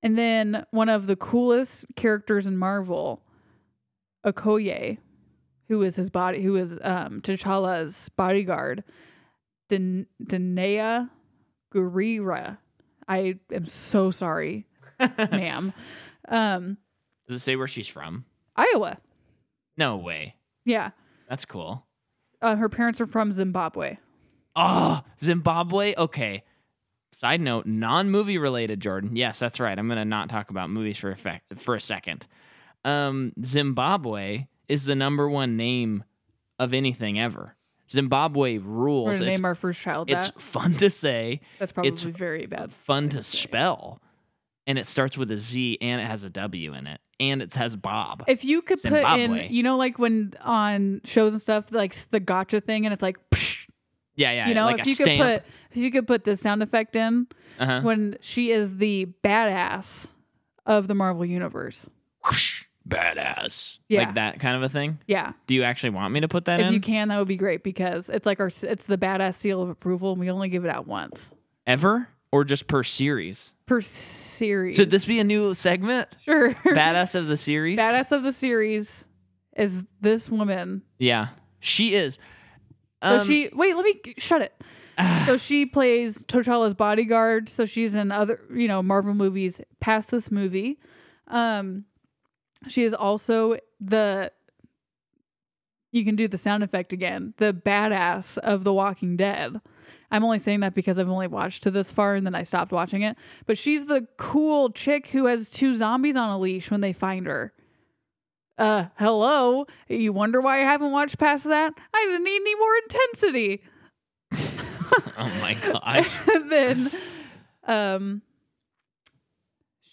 Speaker 2: And then one of the coolest characters in Marvel, Okoye, who is his body, who is um, T'Challa's bodyguard, Dan- Danea Gurira. I am so sorry,
Speaker 1: Does
Speaker 2: ma'am. Um,
Speaker 1: it say where she's from?
Speaker 2: Iowa.
Speaker 1: No way.
Speaker 2: Yeah.
Speaker 1: That's cool.
Speaker 2: Uh, her parents are from Zimbabwe.
Speaker 1: Oh, Zimbabwe. Okay. Side note, non movie related, Jordan. Yes, that's right. I'm going to not talk about movies for a, fac for a second. Um, Zimbabwe is the number one name of anything ever. Zimbabwe
Speaker 2: We're
Speaker 1: rules.
Speaker 2: gonna
Speaker 1: It's,
Speaker 2: name our first child
Speaker 1: it's
Speaker 2: that.
Speaker 1: fun to say,
Speaker 2: [laughs] That's probably
Speaker 1: it's
Speaker 2: very bad.
Speaker 1: fun to
Speaker 2: to say.
Speaker 1: spell, and it starts with a Z and it has a W in it, and it has Bob.
Speaker 2: If you could put
Speaker 1: Zimbabwe.
Speaker 2: in, you know, like when on shows and stuff, like s- the gotcha thing, and it's like, psh,
Speaker 1: yeah, yeah.
Speaker 2: you know,
Speaker 1: like
Speaker 2: if
Speaker 1: a
Speaker 2: you
Speaker 1: stamp.
Speaker 2: could put, if you could put this sound effect in
Speaker 1: uh-huh.
Speaker 2: when she is the badass of the Marvel universe,
Speaker 1: Whoosh. badass.
Speaker 2: Yeah.
Speaker 1: Like that kind of a thing.
Speaker 2: Yeah.
Speaker 1: Do you actually want me to put that
Speaker 2: If
Speaker 1: in?
Speaker 2: you can, that would be great because it's like our it's the badass seal of approval, and we only give it out once
Speaker 1: Ever? Or just per series?
Speaker 2: per series.
Speaker 1: Should this be a new
Speaker 2: [laughs]
Speaker 1: segment?
Speaker 2: sure
Speaker 1: [laughs] Badass of the series?
Speaker 2: badass of the series is this woman.
Speaker 1: Yeah. She is.
Speaker 2: So
Speaker 1: Um,
Speaker 2: she wait, let me shut it. so she plays T'Challa's bodyguard. So she's in other you know Marvel movies past this movie. Um, she is also the. You can do the sound effect again. The badass of The Walking Dead. I'm only saying that because I've only watched to this far and then I stopped watching it. But she's the cool chick who has two zombies on a leash when they find her. Uh, hello. You wonder why I haven't watched past that? I didn't need any more intensity.
Speaker 1: [laughs] oh my gosh.
Speaker 2: And [laughs] then um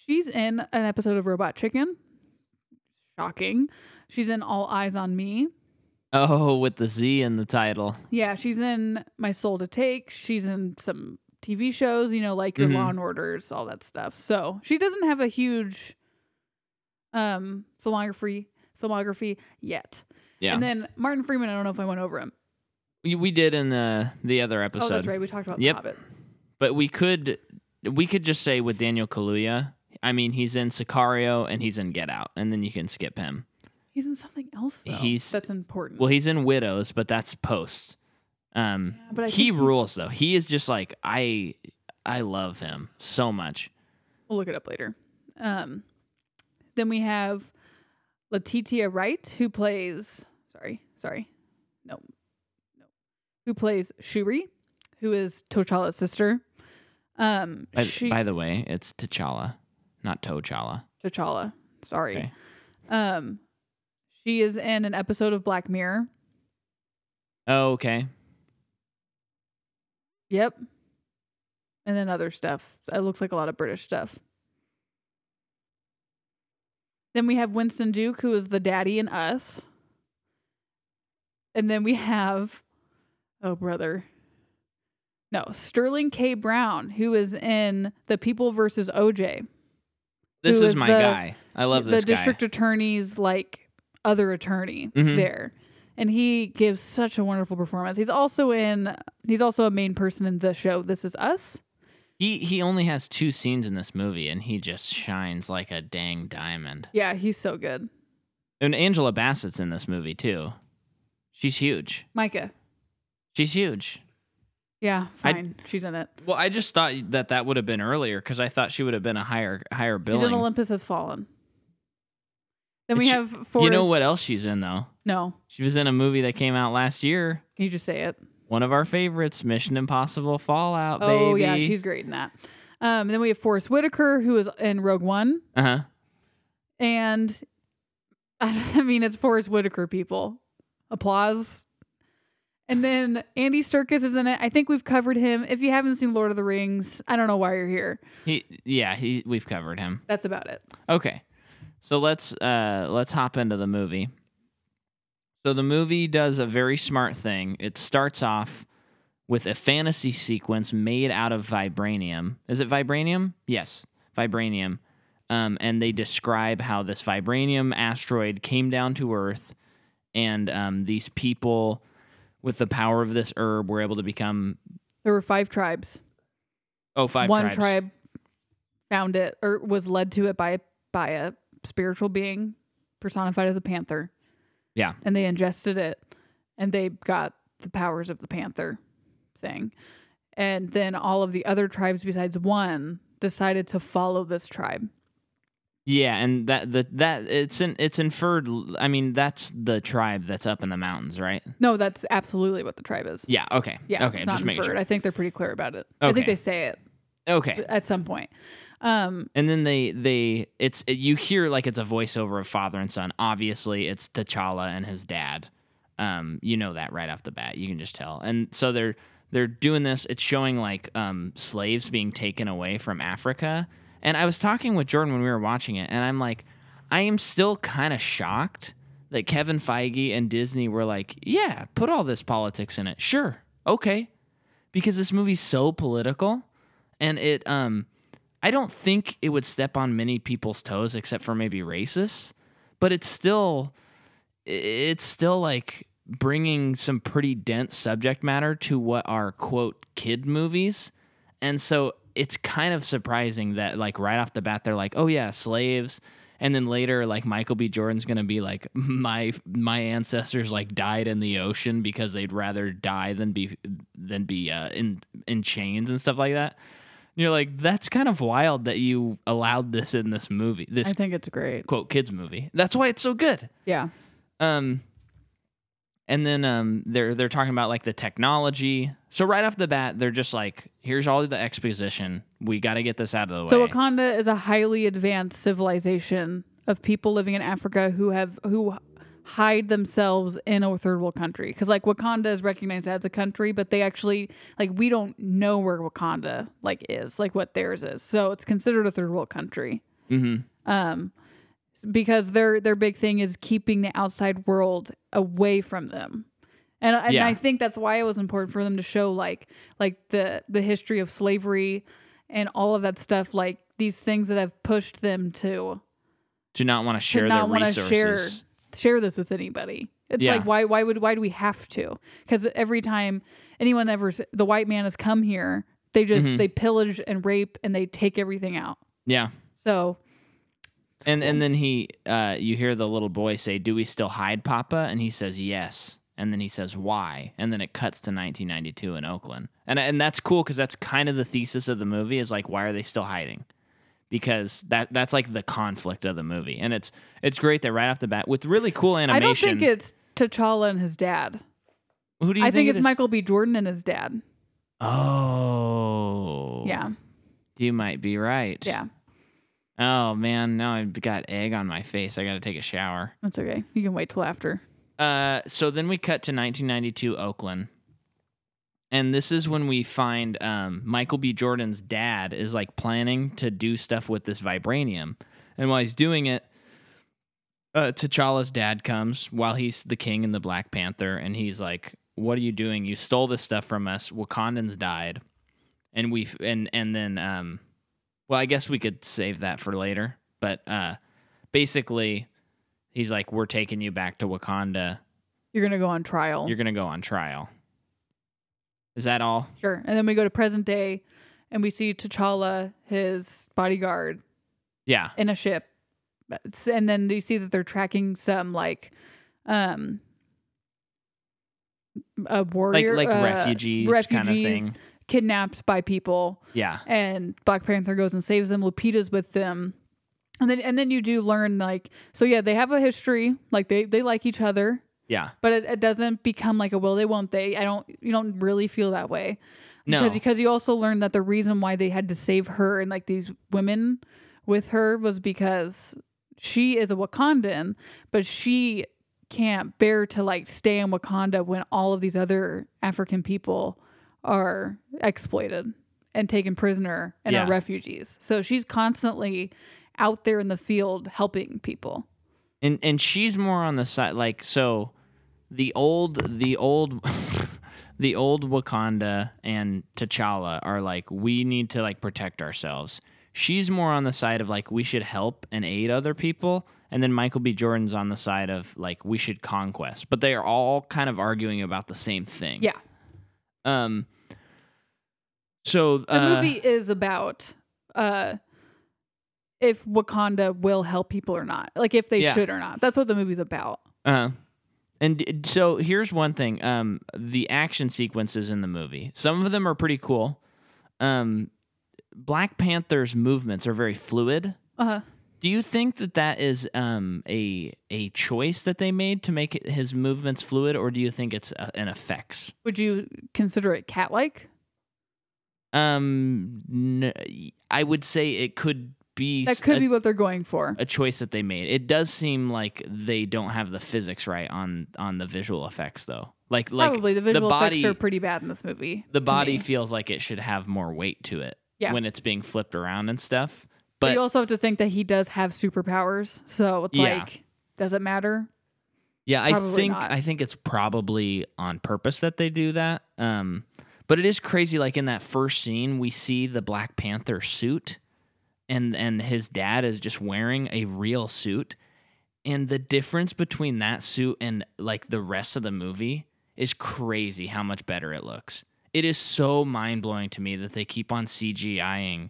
Speaker 2: she's in an episode of Robot Chicken. Shocking. She's in All Eyes on Me.
Speaker 1: Oh, with the Z in the title.
Speaker 2: Yeah, she's in My Soul to Take. She's in some TV shows, you know, like your
Speaker 1: Mhm.
Speaker 2: Law and Orders, all that stuff. So she doesn't have a huge um filmography filmography yet.
Speaker 1: Yeah.
Speaker 2: And then Martin Freeman, I don't know if I went over him.
Speaker 1: we, we did in the the other episode.
Speaker 2: Oh, that's right. We talked about
Speaker 1: Yep.
Speaker 2: the Hobbit.
Speaker 1: But we could we could just say with Daniel Kaluuya, I mean, he's in Sicario and he's in Get Out, and then you can skip him.
Speaker 2: He's in something else though.
Speaker 1: He's-
Speaker 2: that's important.
Speaker 1: Well, he's in Widows, but that's post. Um
Speaker 2: Yeah, but I
Speaker 1: he
Speaker 2: think he's-
Speaker 1: rules though. He is just like I I love him so much.
Speaker 2: We'll look it up later. Um, then we have Letitia Wright, who plays. Sorry, sorry, no, no, who plays Shuri, who is T'Challa's sister. Um,
Speaker 1: By,
Speaker 2: she
Speaker 1: by the way, it's T'Challa, not T'Challa.
Speaker 2: T'Challa. Sorry.
Speaker 1: Okay.
Speaker 2: Um, she is in an episode of Black Mirror.
Speaker 1: Oh, okay.
Speaker 2: Yep. And then other stuff. It looks like a lot of British stuff. Then we have Winston Duke, who is the daddy in Us. And then we have, oh, brother. No, Sterling K. Brown, who is in The People versus OJ.
Speaker 1: This
Speaker 2: Who
Speaker 1: is,
Speaker 2: is
Speaker 1: my
Speaker 2: the-
Speaker 1: guy. I love
Speaker 2: the
Speaker 1: this guy.
Speaker 2: district attorney's like other attorney
Speaker 1: Mhm.
Speaker 2: there. And he gives such a wonderful performance. He's also in he's also a main person in the show This Is Us.
Speaker 1: He he only has two scenes in this movie, and he just shines like a dang diamond.
Speaker 2: Yeah, he's so good.
Speaker 1: And Angela Bassett's in this movie too. She's huge.
Speaker 2: Micah.
Speaker 1: She's huge.
Speaker 2: Yeah,
Speaker 1: I-
Speaker 2: fine. She's in it.
Speaker 1: Well, I just thought that that would have been earlier because I thought she would have been a higher higher
Speaker 2: She's in
Speaker 1: billing.
Speaker 2: Olympus Has Fallen. Then
Speaker 1: Is
Speaker 2: we
Speaker 1: she-
Speaker 2: have Forrest.
Speaker 1: You know what else she's in though?
Speaker 2: No,
Speaker 1: She was in a movie that came out last year.
Speaker 2: can you just say it?
Speaker 1: One of our favorites, Mission Impossible Fallout.
Speaker 2: Oh
Speaker 1: baby.
Speaker 2: yeah, she's great in that. Um, then we have Forrest Whitaker, who is in Rogue One,
Speaker 1: uh huh.
Speaker 2: and [laughs] I mean it's Forrest Whitaker. People, applause. And then Andy Serkis is in it. I think we've covered him. If you haven't seen Lord of the Rings, I don't know why you're here.
Speaker 1: He yeah he we've covered him.
Speaker 2: That's about it.
Speaker 1: Okay. So let's uh let's hop into the movie. So the movie does a very smart thing. It starts off with a fantasy sequence made out of vibranium. Is it vibranium? Yes, vibranium. Um, and they describe how this vibranium asteroid came down to Earth, and um, these people, with the power of this herb, were able to become
Speaker 2: There were five tribes.
Speaker 1: oh five
Speaker 2: one
Speaker 1: tribes.
Speaker 2: tribe found it or was led to it by by a spiritual being personified as a panther.
Speaker 1: Yeah.
Speaker 2: And they ingested it and they got the powers of the panther thing. And then all of the other tribes besides one decided to follow this tribe.
Speaker 1: Yeah, and that the that it's in, it's inferred. l- I mean, that's the tribe that's up in the mountains, right?
Speaker 2: No, that's absolutely what the tribe is.
Speaker 1: Yeah. Okay.
Speaker 2: Yeah,
Speaker 1: Okay.
Speaker 2: it's not
Speaker 1: Just making
Speaker 2: inferred.
Speaker 1: sure.
Speaker 2: I think they're pretty clear about it. I think
Speaker 1: Okay.
Speaker 2: they say it
Speaker 1: Okay.
Speaker 2: at some point. Um,
Speaker 1: And then they they it's it, you hear like it's a voiceover of father and son. Obviously, it's T'Challa and his dad. Um, you know that right off the bat. You can just tell. And so they're they're doing this. It's showing like um slaves being taken away from Africa. And I was talking with Jordan when we were watching it, and I'm like, I am still kind of shocked that Kevin Feige and Disney were like, yeah, put all this politics in it. Sure. Okay. Because this movie's so political and it um I don't think it would step on many people's toes except for maybe racists, but it's still it's still like bringing some pretty dense subject matter to what are quote kid movies and so it's kind of surprising that like right off the bat they're like oh yeah slaves and then later like michael b jordan's gonna be like my my ancestors like died in the ocean because they'd rather die than be than be uh, in in chains and stuff like that And you're like that's kind of wild that you allowed this in this movie this
Speaker 2: I think it's great.
Speaker 1: quote kids movie that's why it's so good
Speaker 2: Yeah.
Speaker 1: um, and then um, they're they're talking about like the technology. So right off the bat, they're just like, "Here's all the exposition. We got to get this out of the way."
Speaker 2: So Wakanda is a highly advanced civilization of people living in Africa who have who hide themselves in a third world country because like Wakanda is recognized as a country, but they actually like we don't know where Wakanda like is like what theirs is. So it's considered a third world country.
Speaker 1: hmm
Speaker 2: um, because their their big thing is keeping the outside world away from them, and and
Speaker 1: Yeah.
Speaker 2: I think that's why it was important for them to show like like the the history of slavery and all of that stuff, like these things that have pushed them to
Speaker 1: to not want to share
Speaker 2: to
Speaker 1: their
Speaker 2: not want to
Speaker 1: resources.
Speaker 2: share share this with anybody. It's
Speaker 1: Yeah.
Speaker 2: like why why would why do we have to? Because every time anyone ever s- the white man has come here, they just
Speaker 1: Mhm.
Speaker 2: they pillage and rape and they take everything out.
Speaker 1: Yeah,
Speaker 2: So it's
Speaker 1: and
Speaker 2: cool.
Speaker 1: and then he, uh, you hear the little boy say, "Do we still hide, Papa?" And he says, "Yes." And then he says, "Why?" And then it cuts to 1992 in Oakland, and and that's cool because that's kind of the thesis of the movie is like, why are they still hiding? Because that that's like the conflict of the movie, and it's it's great that right off the bat with really cool
Speaker 2: I
Speaker 1: animation.
Speaker 2: don't think it's T'Challa and his dad.
Speaker 1: Who do you
Speaker 2: I think
Speaker 1: it
Speaker 2: it's
Speaker 1: is?
Speaker 2: Michael B. Jordan and his dad.
Speaker 1: Oh,
Speaker 2: Yeah,
Speaker 1: You might be right.
Speaker 2: yeah,
Speaker 1: Oh man, now I've got egg on my face. I got to take a shower.
Speaker 2: that's okay. You can wait till after.
Speaker 1: Uh, so then we cut to 1992 Oakland. And this is when we find um, Michael B. Jordan's dad is like planning to do stuff with this vibranium. And while he's doing it, uh, T'Challa's dad comes while he's the king and the Black Panther. And he's like, What are you doing? You stole this stuff from us. Wakandans died. And we, and, and then, um, well, I guess we could save that for later. But uh, basically, he's like, We're taking you back to Wakanda
Speaker 2: You're gonna go on trial.
Speaker 1: you're gonna go on trial. Is that all?
Speaker 2: sure. And then we go to present day, and we see T'Challa, his bodyguard,
Speaker 1: Yeah.
Speaker 2: in a ship, But- and then you see that they're tracking some like, um, a warrior,
Speaker 1: like
Speaker 2: uh,
Speaker 1: refugees kinda thing.
Speaker 2: refugees kidnapped by people.
Speaker 1: Yeah.
Speaker 2: and Black Panther goes and saves them. Lupita's with them. And then and then you do learn like so yeah, they have a history. Like they they like each other,
Speaker 1: Yeah.
Speaker 2: but it, it doesn't become like a will they won't they. I don't you don't really feel that way.
Speaker 1: No.
Speaker 2: Because because you also learn that the reason why they had to save her and like these women with her was because she is a Wakandan, but she can't bear to like stay in Wakanda when all of these other African people are exploited and taken prisoner and
Speaker 1: Yeah.
Speaker 2: are refugees. So she's constantly out there in the field helping people.
Speaker 1: and and she's more on the side like so the old the old [laughs] the old Wakanda and T'Challa are like we need to like protect ourselves. She's more on the side of like we should help and aid other people and then Michael B Jordan's on the side of like we should conquest. But they are all kind of arguing about the same thing.
Speaker 2: Yeah.
Speaker 1: Um so
Speaker 2: The
Speaker 1: uh,
Speaker 2: movie is about uh if Wakanda will help people or not. Like if they
Speaker 1: Yeah.
Speaker 2: should or not. That's what the movie's about.
Speaker 1: Uh, and d- so here's one thing: um, the action sequences in the movie. Some of them are pretty cool. Um, Black Panther's movements are very fluid.
Speaker 2: Uh
Speaker 1: Do you think that that is um, a a choice that they made to make it- his movements fluid, or do you think it's uh an effects?
Speaker 2: would you consider it cat like?
Speaker 1: Um, n- I would say it could be
Speaker 2: That
Speaker 1: s-
Speaker 2: could
Speaker 1: a,
Speaker 2: be what they're going for.
Speaker 1: a choice that they made. It does seem like they don't have the physics right on on the visual effects though. Like like
Speaker 2: Probably the visual effects
Speaker 1: body-
Speaker 2: are pretty bad in this movie.
Speaker 1: the
Speaker 2: to
Speaker 1: body
Speaker 2: me.
Speaker 1: feels like it should have more weight to it
Speaker 2: Yeah.
Speaker 1: when it's being flipped around and stuff.
Speaker 2: but,
Speaker 1: But
Speaker 2: you also have to think that he does have superpowers. So it's
Speaker 1: Yeah.
Speaker 2: like, does it matter?
Speaker 1: yeah, I
Speaker 2: probably
Speaker 1: think
Speaker 2: not.
Speaker 1: I think it's probably on purpose that they do that. Um, but it is crazy. Like in that first scene, we see the Black Panther suit, and and his dad is just wearing a real suit, And the difference between that suit and like the rest of the movie is crazy how much better it looks. It is so mind blowing to me that they keep on CGIing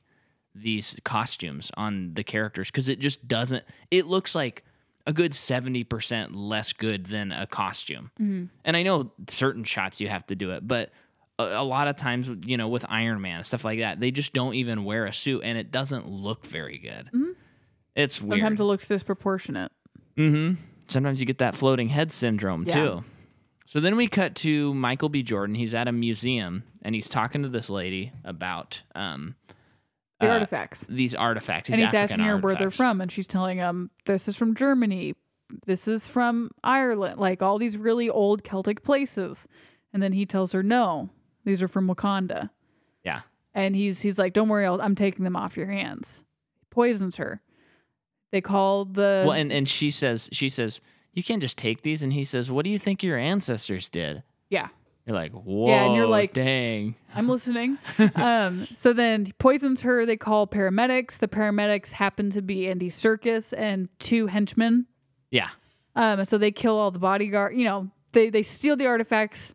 Speaker 1: these costumes on the characters because it just doesn't, it looks like a good 70% less good than a costume.
Speaker 2: Mm-hmm.
Speaker 1: And I know certain shots you have to do it, but a, a lot of times, you know, with Iron Man, stuff like that, they just don't even wear a suit and it doesn't look very good. It's weird.
Speaker 2: Mm-hmm. Sometimes it looks disproportionate.
Speaker 1: Mm-hmm. Sometimes you get that floating head syndrome
Speaker 2: Yeah.
Speaker 1: too. So then we cut to Michael B. Jordan. He's at a museum and he's talking to this lady about um,
Speaker 2: The
Speaker 1: uh,
Speaker 2: artifacts.
Speaker 1: these artifacts.
Speaker 2: And
Speaker 1: these
Speaker 2: he's asking
Speaker 1: African
Speaker 2: her where they're
Speaker 1: artifacts.
Speaker 2: from, and she's telling him, This is from Germany. This is from Ireland, like all these really old Celtic places. And then he tells her, No, these are from Wakanda.
Speaker 1: Yeah.
Speaker 2: And he's he's like, Don't worry, I'll, I'm taking them off your hands. Poisons her. They call the.
Speaker 1: Well, and, and she says she says you can't just take these. And he says, "What do you think your ancestors did?"
Speaker 2: yeah.
Speaker 1: You're like, "Whoa!"
Speaker 2: and you're like-
Speaker 1: "Dang." [laughs]
Speaker 2: I'm listening. um, so then he poisons her. They call paramedics. The paramedics happen to be Andy Circus and two henchmen.
Speaker 1: Yeah.
Speaker 2: Um, and so they kill all the bodyguard. You know, they they steal the artifacts,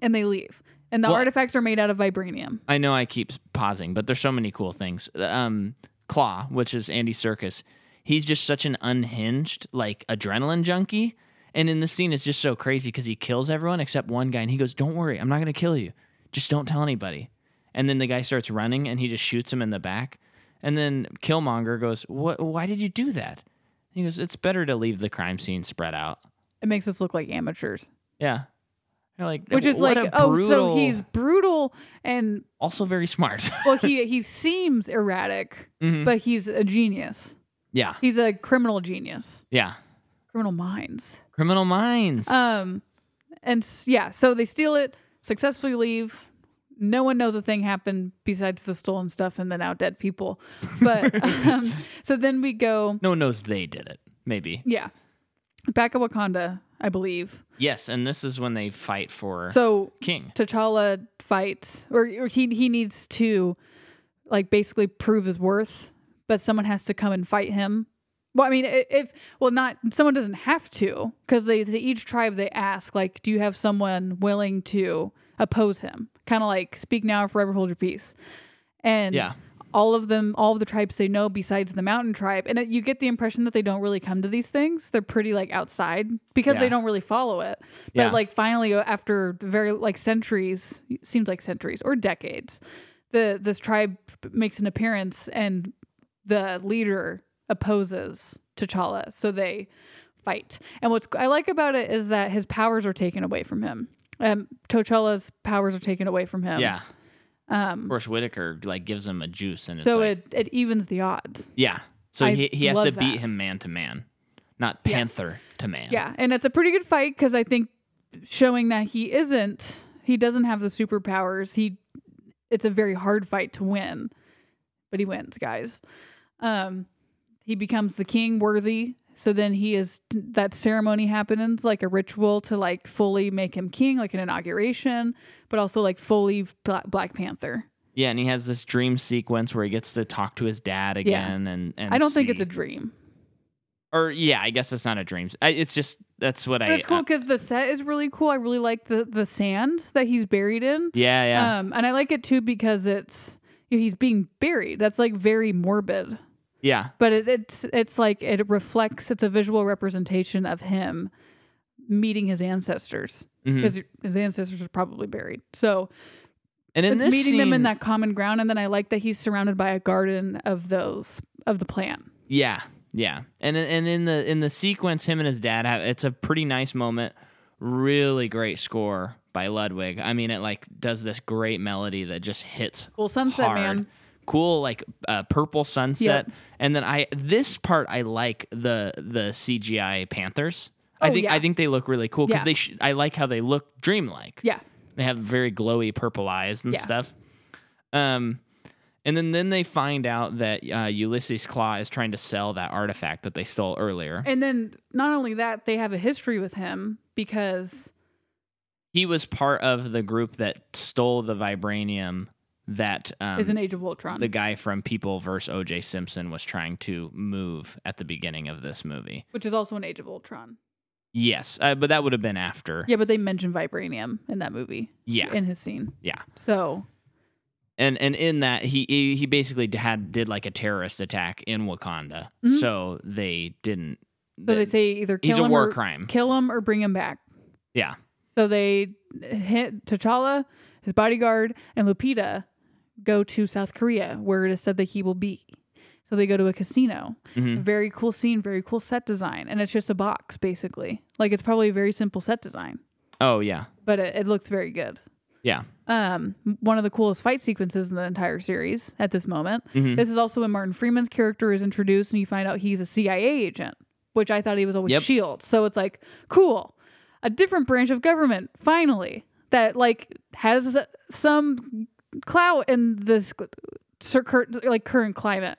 Speaker 2: and they leave. And the
Speaker 1: Well-
Speaker 2: artifacts are made out of vibranium.
Speaker 1: I know I keep pausing, but there's so many cool things. Um, Claw, which is Andy Circus, he's just such an unhinged, like adrenaline junkie. And in this scene, it's just so crazy because he kills everyone except one guy, and he goes, "Don't worry, I'm not gonna kill you. Just don't tell anybody." And then the guy starts running, and he just shoots him in the back. And then Killmonger goes, "What? Why did you do that?" He goes, "It's better to leave the crime scene spread out."
Speaker 2: It makes us look like amateurs,
Speaker 1: Yeah, You're like
Speaker 2: which is
Speaker 1: what
Speaker 2: like,
Speaker 1: a
Speaker 2: oh, so
Speaker 1: brutal-
Speaker 2: he's brutal and
Speaker 1: also very smart. [laughs]
Speaker 2: well, he he seems erratic,
Speaker 1: Mhm.
Speaker 2: but he's a genius.
Speaker 1: yeah,
Speaker 2: He's a criminal genius,
Speaker 1: yeah.
Speaker 2: criminal minds.
Speaker 1: Criminal Minds.
Speaker 2: Um, and s- yeah, so they steal it, successfully leave. No one knows a thing happened besides the stolen stuff and the now dead people.
Speaker 1: [laughs]
Speaker 2: But um, so then we go,
Speaker 1: No one knows they did it. Maybe.
Speaker 2: yeah, back at Wakanda, I believe.
Speaker 1: Yes, and this is when they fight for
Speaker 2: So
Speaker 1: King.
Speaker 2: T'Challa fights, or, or he he needs to like basically prove his worth, but someone has to come and fight him. Well, I mean, i- if well, not someone doesn't have to because they to each tribe they ask like, do you have someone willing to oppose him? Kind of like speak now or forever hold your peace. And
Speaker 1: Yeah.
Speaker 2: all of them, all of the tribes say no, besides the mountain tribe. And it, you get the impression that they don't really come to these things. They're pretty like outside because
Speaker 1: Yeah.
Speaker 2: they don't really follow it. But
Speaker 1: Yeah.
Speaker 2: like finally, uh, after very like centuries, seems like centuries or decades, the this tribe makes an appearance and the leader opposes T'Challa, so they fight. And what's I like about it is that his powers are taken away from him. Um, T'Challa's powers are taken away from him.
Speaker 1: yeah. Of
Speaker 2: Um,
Speaker 1: course, Whitaker like gives him a juice, and it's
Speaker 2: so
Speaker 1: like,
Speaker 2: it it evens the odds.
Speaker 1: yeah. So
Speaker 2: I
Speaker 1: he he has
Speaker 2: love
Speaker 1: to beat
Speaker 2: that.
Speaker 1: him man to man, not
Speaker 2: Yeah.
Speaker 1: Panther to man.
Speaker 2: Yeah, and it's a pretty good fight because I think showing that he isn't, he doesn't have the superpowers. He, it's a very hard fight to win, but he wins, guys. Um, he becomes the king worthy. So then he is that ceremony happens like a ritual to like fully make him king, like an inauguration, but also like fully Bla- Black Panther.
Speaker 1: Yeah, and he has this dream sequence where he gets to talk to his dad again, and, and
Speaker 2: I don't think it's
Speaker 1: see-
Speaker 2: a dream.
Speaker 1: or yeah, I guess it's not a dream. I, it's just that's what
Speaker 2: But
Speaker 1: I. uh,
Speaker 2: it's cool because the set is really cool. I really like the the sand that he's buried in.
Speaker 1: yeah, yeah,
Speaker 2: Um, and I like it too because it's he's being buried. That's like very morbid,
Speaker 1: yeah,
Speaker 2: but it, it's it's like it reflects. It's a visual representation of him meeting his ancestors
Speaker 1: mhm.
Speaker 2: because his ancestors are probably buried. So
Speaker 1: And in
Speaker 2: it's
Speaker 1: this
Speaker 2: meeting them in
Speaker 1: scene-
Speaker 2: that common ground, and then I like that he's surrounded by a garden of those of the plant.
Speaker 1: Yeah, yeah, and and in the in the sequence, him and his dad have it's a pretty nice moment. Really great score by Ludwig. I mean, it like does this great melody that just hits
Speaker 2: Cool sunset,
Speaker 1: hard.
Speaker 2: man.
Speaker 1: Cool, like uh, purple sunset,
Speaker 2: Yep.
Speaker 1: and then I this part I like the the CGI panthers. I
Speaker 2: Oh,
Speaker 1: think
Speaker 2: yeah.
Speaker 1: I think they look really cool because
Speaker 2: Yeah.
Speaker 1: they sh- I like how they look dreamlike.
Speaker 2: Yeah,
Speaker 1: They have very glowy purple eyes and
Speaker 2: Yeah.
Speaker 1: stuff. Um, and then then they find out that uh, Ulysses Claw is trying to sell that artifact that they stole earlier.
Speaker 2: and then not only that, they have a history with him because
Speaker 1: He was part of the group that stole the vibranium that um,
Speaker 2: is an Age of Ultron.
Speaker 1: the guy from People vs. O.J. Simpson was trying to move at the beginning of this movie.
Speaker 2: which is also an Age of Ultron.
Speaker 1: Yes, uh, but that would have been after.
Speaker 2: Yeah, but they mention vibranium in that movie.
Speaker 1: Yeah.
Speaker 2: In his scene.
Speaker 1: Yeah.
Speaker 2: So
Speaker 1: and and in that he he he basically had did like a terrorist attack in Wakanda,
Speaker 2: Mhm.
Speaker 1: so they didn't.
Speaker 2: so they say either kill
Speaker 1: he's a
Speaker 2: him
Speaker 1: war
Speaker 2: or
Speaker 1: crime.
Speaker 2: kill him or bring him back.
Speaker 1: Yeah.
Speaker 2: So they hit T'Challa, his bodyguard, and Lupita go to South Korea where it is said that he will be. So they go to a casino.
Speaker 1: Mhm.
Speaker 2: Very cool scene, very cool set design. And it's just a box basically. Like it's probably a very simple set design,
Speaker 1: Oh yeah,
Speaker 2: but it, it looks very good.
Speaker 1: yeah.
Speaker 2: Um, one of the coolest fight sequences in the entire series at this moment.
Speaker 1: Mhm.
Speaker 2: This is also when Martin Freeman's character is introduced and you find out he's a CIA agent, which I thought he was always
Speaker 1: Yep.
Speaker 2: SHIELD. So it's like, cool, a different branch of government, finally, that like has some clout in this cir- cur- like current climate.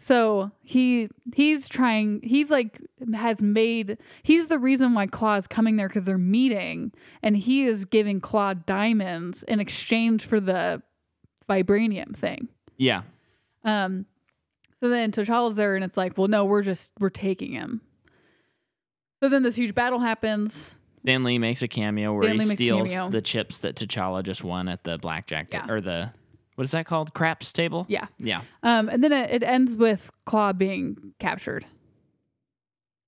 Speaker 2: So he he's trying he's like has made he's the reason why Claw's coming there because they're meeting and he is giving Claw diamonds in exchange for the vibranium thing.
Speaker 1: Yeah.
Speaker 2: Um, so then T'Challa's there, and it's like, well, no, we're just we're taking him. So then this huge battle happens.
Speaker 1: Stan Lee makes a cameo where
Speaker 2: Stan Lee
Speaker 1: he
Speaker 2: makes a
Speaker 1: steals
Speaker 2: cameo.
Speaker 1: the chips that T'Challa just won at the blackjack ta-
Speaker 2: Yeah.
Speaker 1: or the what is that called? Craps table.
Speaker 2: Yeah.
Speaker 1: Yeah.
Speaker 2: Um, and then it, it ends with Claw being captured.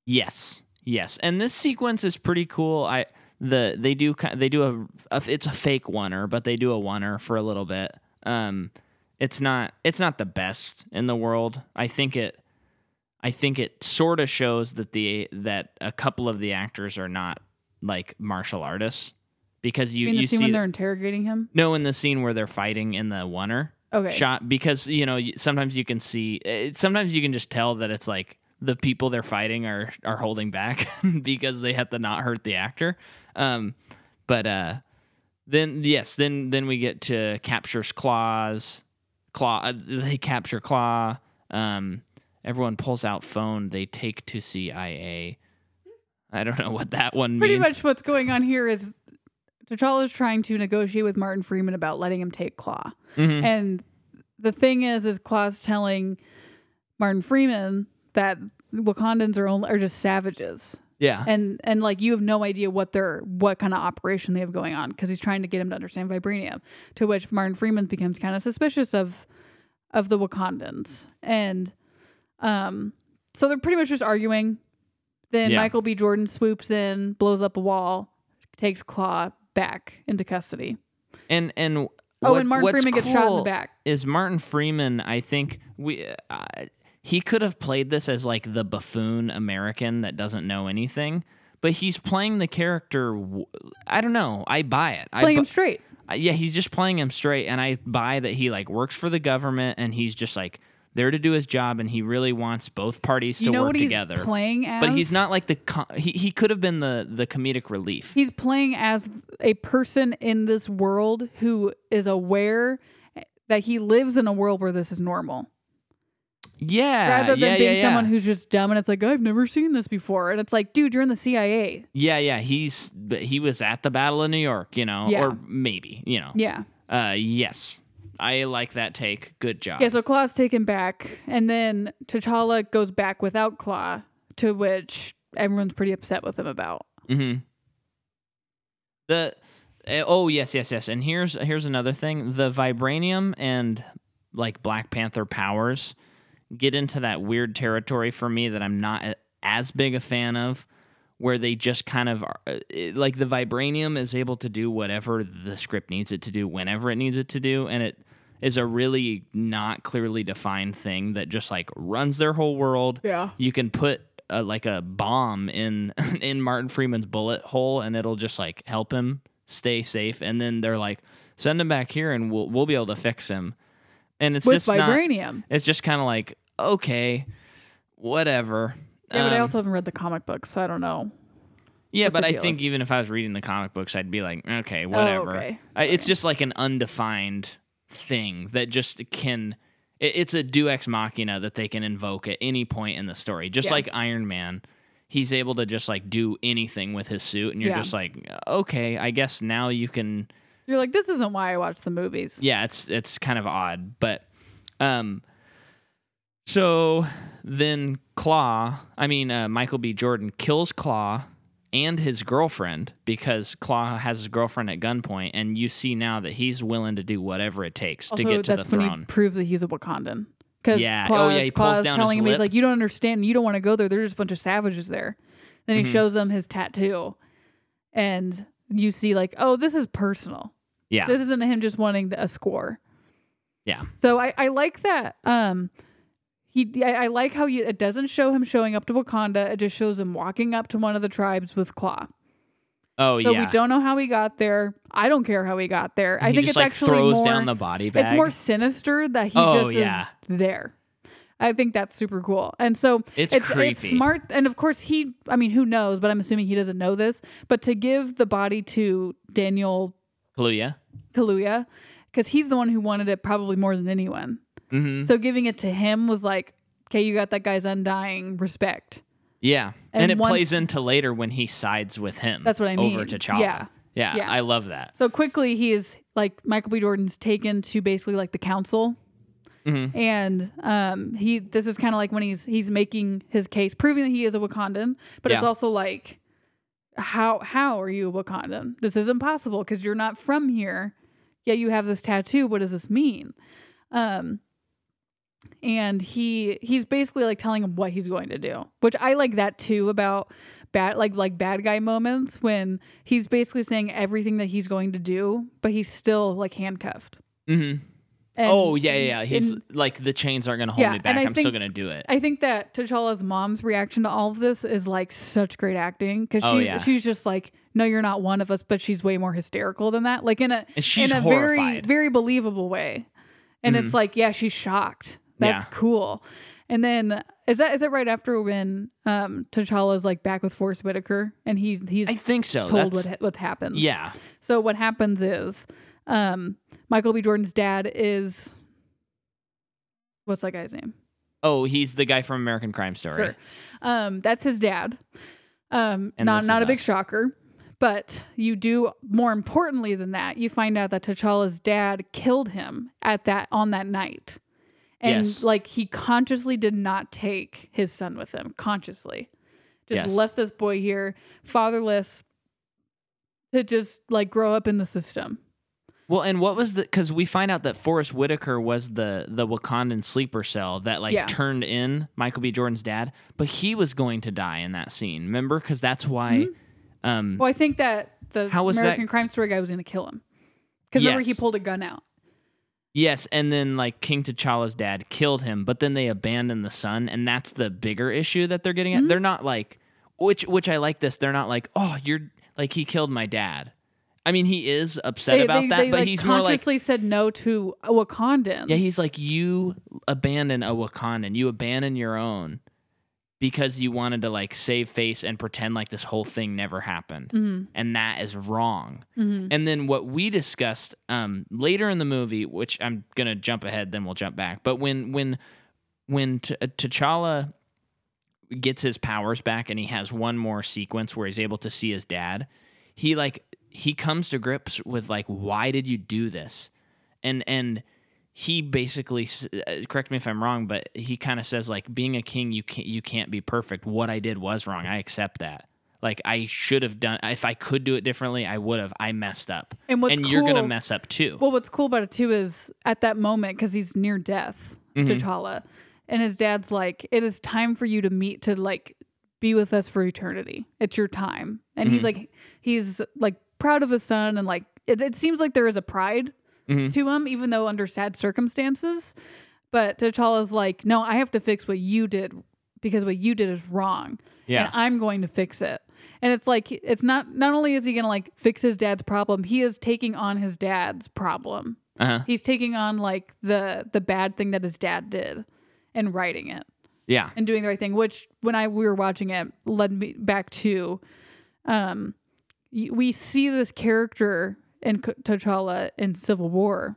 Speaker 1: Yes. Yes. And this sequence is pretty cool. I the they do ki- they do a, a it's a fake oneer, but they do a oneer for a little bit. Um it's not it's not the best in the world. I think it I think it sort of shows that the that a couple of the actors are not like martial artists because you
Speaker 2: You, mean the
Speaker 1: you
Speaker 2: scene
Speaker 1: see
Speaker 2: when they're interrogating him?
Speaker 1: no in the scene where they're fighting in the oneer
Speaker 2: Okay.
Speaker 1: shot because you know y- sometimes you can see it, sometimes you can just tell that it's like the people they're fighting are are holding back [laughs] because they have to not hurt the actor um but uh then yes then then we get to captures claws claw uh, they capture claw um everyone pulls out phone they take to cia i don't know what that one
Speaker 2: Pretty
Speaker 1: means
Speaker 2: much what's going on here is T'Challa's trying to negotiate with Martin Freeman about letting him take Claw.
Speaker 1: Mhm.
Speaker 2: And the thing is, is Claw's telling Martin Freeman that Wakandans are only are just savages.
Speaker 1: yeah
Speaker 2: and and like you have no idea what they're what kind of operation they have going on because he's trying to get him to understand vibranium to which martin freeman becomes kind of suspicious of of the wakandans and um so they're pretty much just arguing then
Speaker 1: Yeah.
Speaker 2: michael b jordan swoops in blows up a wall takes claw back into custody
Speaker 1: and and
Speaker 2: oh
Speaker 1: what-
Speaker 2: and martin
Speaker 1: what's
Speaker 2: freeman gets shot in the
Speaker 1: cool-
Speaker 2: back
Speaker 1: is Martin Freeman. I think we uh, he could have played this as like the buffoon American that doesn't know anything, but he's playing the character. w- I don't know. I buy it. I
Speaker 2: playing
Speaker 1: bu-
Speaker 2: him straight
Speaker 1: uh, yeah, he's just playing him straight, and I buy that he like works for the government, and he's just like there to do his job, and he really wants both parties to
Speaker 2: you know
Speaker 1: work
Speaker 2: what he's
Speaker 1: together.
Speaker 2: playing as
Speaker 1: but he's not like the co he he could have been the the comedic relief.
Speaker 2: he's playing as a person in this world who is aware that he lives in a world where this is normal
Speaker 1: yeah,
Speaker 2: rather than
Speaker 1: yeah,
Speaker 2: being
Speaker 1: yeah,
Speaker 2: someone
Speaker 1: yeah.
Speaker 2: who's just dumb and it's like i've never seen this before and it's like dude you're in the cia
Speaker 1: Yeah, yeah, he's but he was at the Battle of New York, you know,
Speaker 2: Yeah.
Speaker 1: or maybe, you know.
Speaker 2: yeah
Speaker 1: Uh yes. I like that take. Good job.
Speaker 2: yeah so claw's taken back and then t'challa goes back without claw to which everyone's pretty upset with him about
Speaker 1: Mhm. The uh, oh, yes, yes, yes. And here's here's another thing. The vibranium and like Black Panther powers get into that weird territory for me that I'm not a- as big a fan of where they just kind of are, uh, it- like the vibranium is able to do whatever the script needs it to do whenever it needs it to do and it is a really not clearly defined thing that just like runs their whole world
Speaker 2: yeah
Speaker 1: you can put a, like a bomb in [laughs] in Martin Freeman's bullet hole, and it'll just like help him stay safe. And then they're like, send him back here, and we'll we'll be able to fix him. And it's
Speaker 2: with
Speaker 1: just not.
Speaker 2: vibranium
Speaker 1: It's just kind of like okay, whatever.
Speaker 2: yeah but i
Speaker 1: Um,
Speaker 2: also haven't read the comic book so i don't know
Speaker 1: yeah,
Speaker 2: what
Speaker 1: but
Speaker 2: the
Speaker 1: I
Speaker 2: deal
Speaker 1: think
Speaker 2: is.
Speaker 1: even if I was reading the comic books, I'd be like, okay, whatever.
Speaker 2: Oh, okay.
Speaker 1: I, it's just like an undefined thing that just can. It, it's a Duex Machina that they can invoke at any point in the story. Just
Speaker 2: Yeah.
Speaker 1: like Iron Man, he's able to just like do anything with his suit, and you're
Speaker 2: Yeah.
Speaker 1: just like, okay, I guess now you can
Speaker 2: You're like, this isn't why I watch the movies.
Speaker 1: yeah, it's it's kind of odd, but um so then Claw, I mean uh, Michael B Jordan kills Claw and his girlfriend because Claw has his girlfriend at gunpoint and you see now that he's willing to do whatever it takes
Speaker 2: Also,
Speaker 1: to get to the
Speaker 2: that's when
Speaker 1: throne.
Speaker 2: he proves that he's a Wakandan. Because
Speaker 1: Yeah.
Speaker 2: Claus,
Speaker 1: Oh, yeah, he
Speaker 2: Claus
Speaker 1: pulls down
Speaker 2: telling
Speaker 1: his
Speaker 2: him, he's
Speaker 1: lip.
Speaker 2: like, you don't understand. You don't want to go there. There's just a bunch of savages there. Then
Speaker 1: Mm-hmm.
Speaker 2: he shows them his tattoo. And you see, like, oh, this is personal.
Speaker 1: yeah.
Speaker 2: This isn't him just wanting a score.
Speaker 1: Yeah.
Speaker 2: So I, I like that. Um, he I, I like how you, it doesn't show him showing up to Wakanda. It just shows him walking up to one of the tribes with Claw.
Speaker 1: oh
Speaker 2: So
Speaker 1: yeah.
Speaker 2: we don't know how he got there. I don't care how he got there. I
Speaker 1: He
Speaker 2: think
Speaker 1: just,
Speaker 2: it's
Speaker 1: like,
Speaker 2: actually
Speaker 1: throws
Speaker 2: more,
Speaker 1: down the body bag.
Speaker 2: it's more sinister that he
Speaker 1: Oh,
Speaker 2: just
Speaker 1: yeah.
Speaker 2: is there. I think that's super cool. And so
Speaker 1: It's
Speaker 2: it's,
Speaker 1: creepy.
Speaker 2: smart. And of course, he, I mean, who knows, but I'm assuming he doesn't know this. But to give the body to Daniel
Speaker 1: Kaluuya.
Speaker 2: Kaluuya, because he's the one who wanted it probably more than anyone.
Speaker 1: Mhm.
Speaker 2: So giving it to him was like, okay, you got that guy's undying respect.
Speaker 1: Yeah. And,
Speaker 2: And
Speaker 1: it
Speaker 2: once-
Speaker 1: plays into later when he sides with him.
Speaker 2: That's what I
Speaker 1: Over
Speaker 2: mean.
Speaker 1: to T'Challa.
Speaker 2: Yeah.
Speaker 1: Yeah,
Speaker 2: Yeah.
Speaker 1: I love that.
Speaker 2: So quickly, he is like Michael B. Jordan's taken to basically like the council,
Speaker 1: Mhm.
Speaker 2: and um, he this is kind of like when he's he's making his case, proving that he is a Wakandan, but it's
Speaker 1: Yeah.
Speaker 2: also like how how are you a Wakandan? This is impossible because you're not from here, yet you have this tattoo. What does this mean? Um, and he he's basically like telling him what he's going to do, which I like that too about bad like like bad guy moments when he's basically saying everything that he's going to do, but he's still like handcuffed.
Speaker 1: Mhm.
Speaker 2: And-
Speaker 1: oh yeah, yeah. yeah. He's
Speaker 2: and
Speaker 1: like the chains aren't gonna hold
Speaker 2: Yeah,
Speaker 1: me
Speaker 2: and
Speaker 1: back.
Speaker 2: I
Speaker 1: I'm still
Speaker 2: think-
Speaker 1: gonna do it.
Speaker 2: I think that T'Challa's mom's reaction to all of this is like such great acting because
Speaker 1: Oh,
Speaker 2: she's
Speaker 1: yeah.
Speaker 2: she's just like, no, you're not one of us, but she's way more hysterical than that. Like in a
Speaker 1: And she's
Speaker 2: in a very
Speaker 1: horrified. Mm-hmm.
Speaker 2: very believable way, and it's like, yeah, she's shocked. That's
Speaker 1: Yeah.
Speaker 2: cool. And then is that is that right after when um T'Challa's like back with Forrest Whitaker and he he's
Speaker 1: I think so.
Speaker 2: told what
Speaker 1: That's-
Speaker 2: ha- what happened.
Speaker 1: yeah.
Speaker 2: So what happens is, um, Michael B. Jordan's dad is what's that guy's name?
Speaker 1: Oh, he's the guy from American Crime Story.
Speaker 2: Sure. Um, that's his dad. Um,
Speaker 1: And this
Speaker 2: not
Speaker 1: is
Speaker 2: not a big
Speaker 1: us.
Speaker 2: shocker, but you do more importantly than that, you find out that T'Challa's dad killed him at that on that night. And
Speaker 1: Yes.
Speaker 2: like he consciously did not take his son with him, consciously. Just
Speaker 1: Yes.
Speaker 2: left this boy here, fatherless, to just like grow up in the system.
Speaker 1: Well, and what was the? Because we find out that Forrest Whitaker was the the Wakandan sleeper cell that like
Speaker 2: Yeah.
Speaker 1: turned in Michael B. Jordan's dad, but he was going to die in that scene. Remember? Because that's why.
Speaker 2: Mm-hmm.
Speaker 1: Um,
Speaker 2: Well, I think that the
Speaker 1: How was that-
Speaker 2: American Crime Story guy was going to kill him. Because remember, he
Speaker 1: Yes.
Speaker 2: pulled a gun out.
Speaker 1: yes, and then like King T'Challa's dad killed him, but then they abandoned the son, and that's the bigger issue that they're getting at.
Speaker 2: Mm-hmm.
Speaker 1: They're not like, which which I like this. They're not like, oh, you're like he killed my dad. I mean, he is upset about that, but
Speaker 2: like,
Speaker 1: he's more like
Speaker 2: consciously said no to a Wakandan.
Speaker 1: Yeah, he's like, you abandon a Wakandan, you abandon your own because you wanted to like save face and pretend like this whole thing never happened.
Speaker 2: Mm-hmm,
Speaker 1: And that is wrong. And then what we discussed um, later in the movie, which I'm gonna jump ahead, then we'll jump back. But when when when T- uh, T'Challa gets his powers back and he has one more sequence where he's able to see his dad, he like he comes to grips with like, why did you do this? And and he basically s- uh, correct me if I'm wrong, but he kind of says like being a king you can't you can't be perfect. What I did was wrong. I accept that. Like I should have done if I could do it differently, I would have. I messed up.
Speaker 2: And what's
Speaker 1: you're going to
Speaker 2: cool-
Speaker 1: mess up too.
Speaker 2: Well, what's cool about it too is at that moment because he's near death,
Speaker 1: Mm-hmm.
Speaker 2: T'Challa, and his dad's like, "It is time for you to meet to like be with us for eternity. It's your time." And he's
Speaker 1: Mm-hmm.
Speaker 2: like, he's like proud of his son, and like it, it seems like there is a pride
Speaker 1: Mhm.
Speaker 2: to him, even though under sad circumstances. But T'Challa's like, "No, I have to fix what you did because what you did is wrong."
Speaker 1: Yeah.
Speaker 2: and I'm going to fix it. And it's like it's not not only is he going to like fix his dad's problem, he is taking on his dad's problem.
Speaker 1: uh-huh.
Speaker 2: He's taking on like the the bad thing that his dad did and writing it
Speaker 1: Yeah.
Speaker 2: and doing the right thing, which when I we were watching it led me back to um y- we see this character in K- T'Challa in Civil War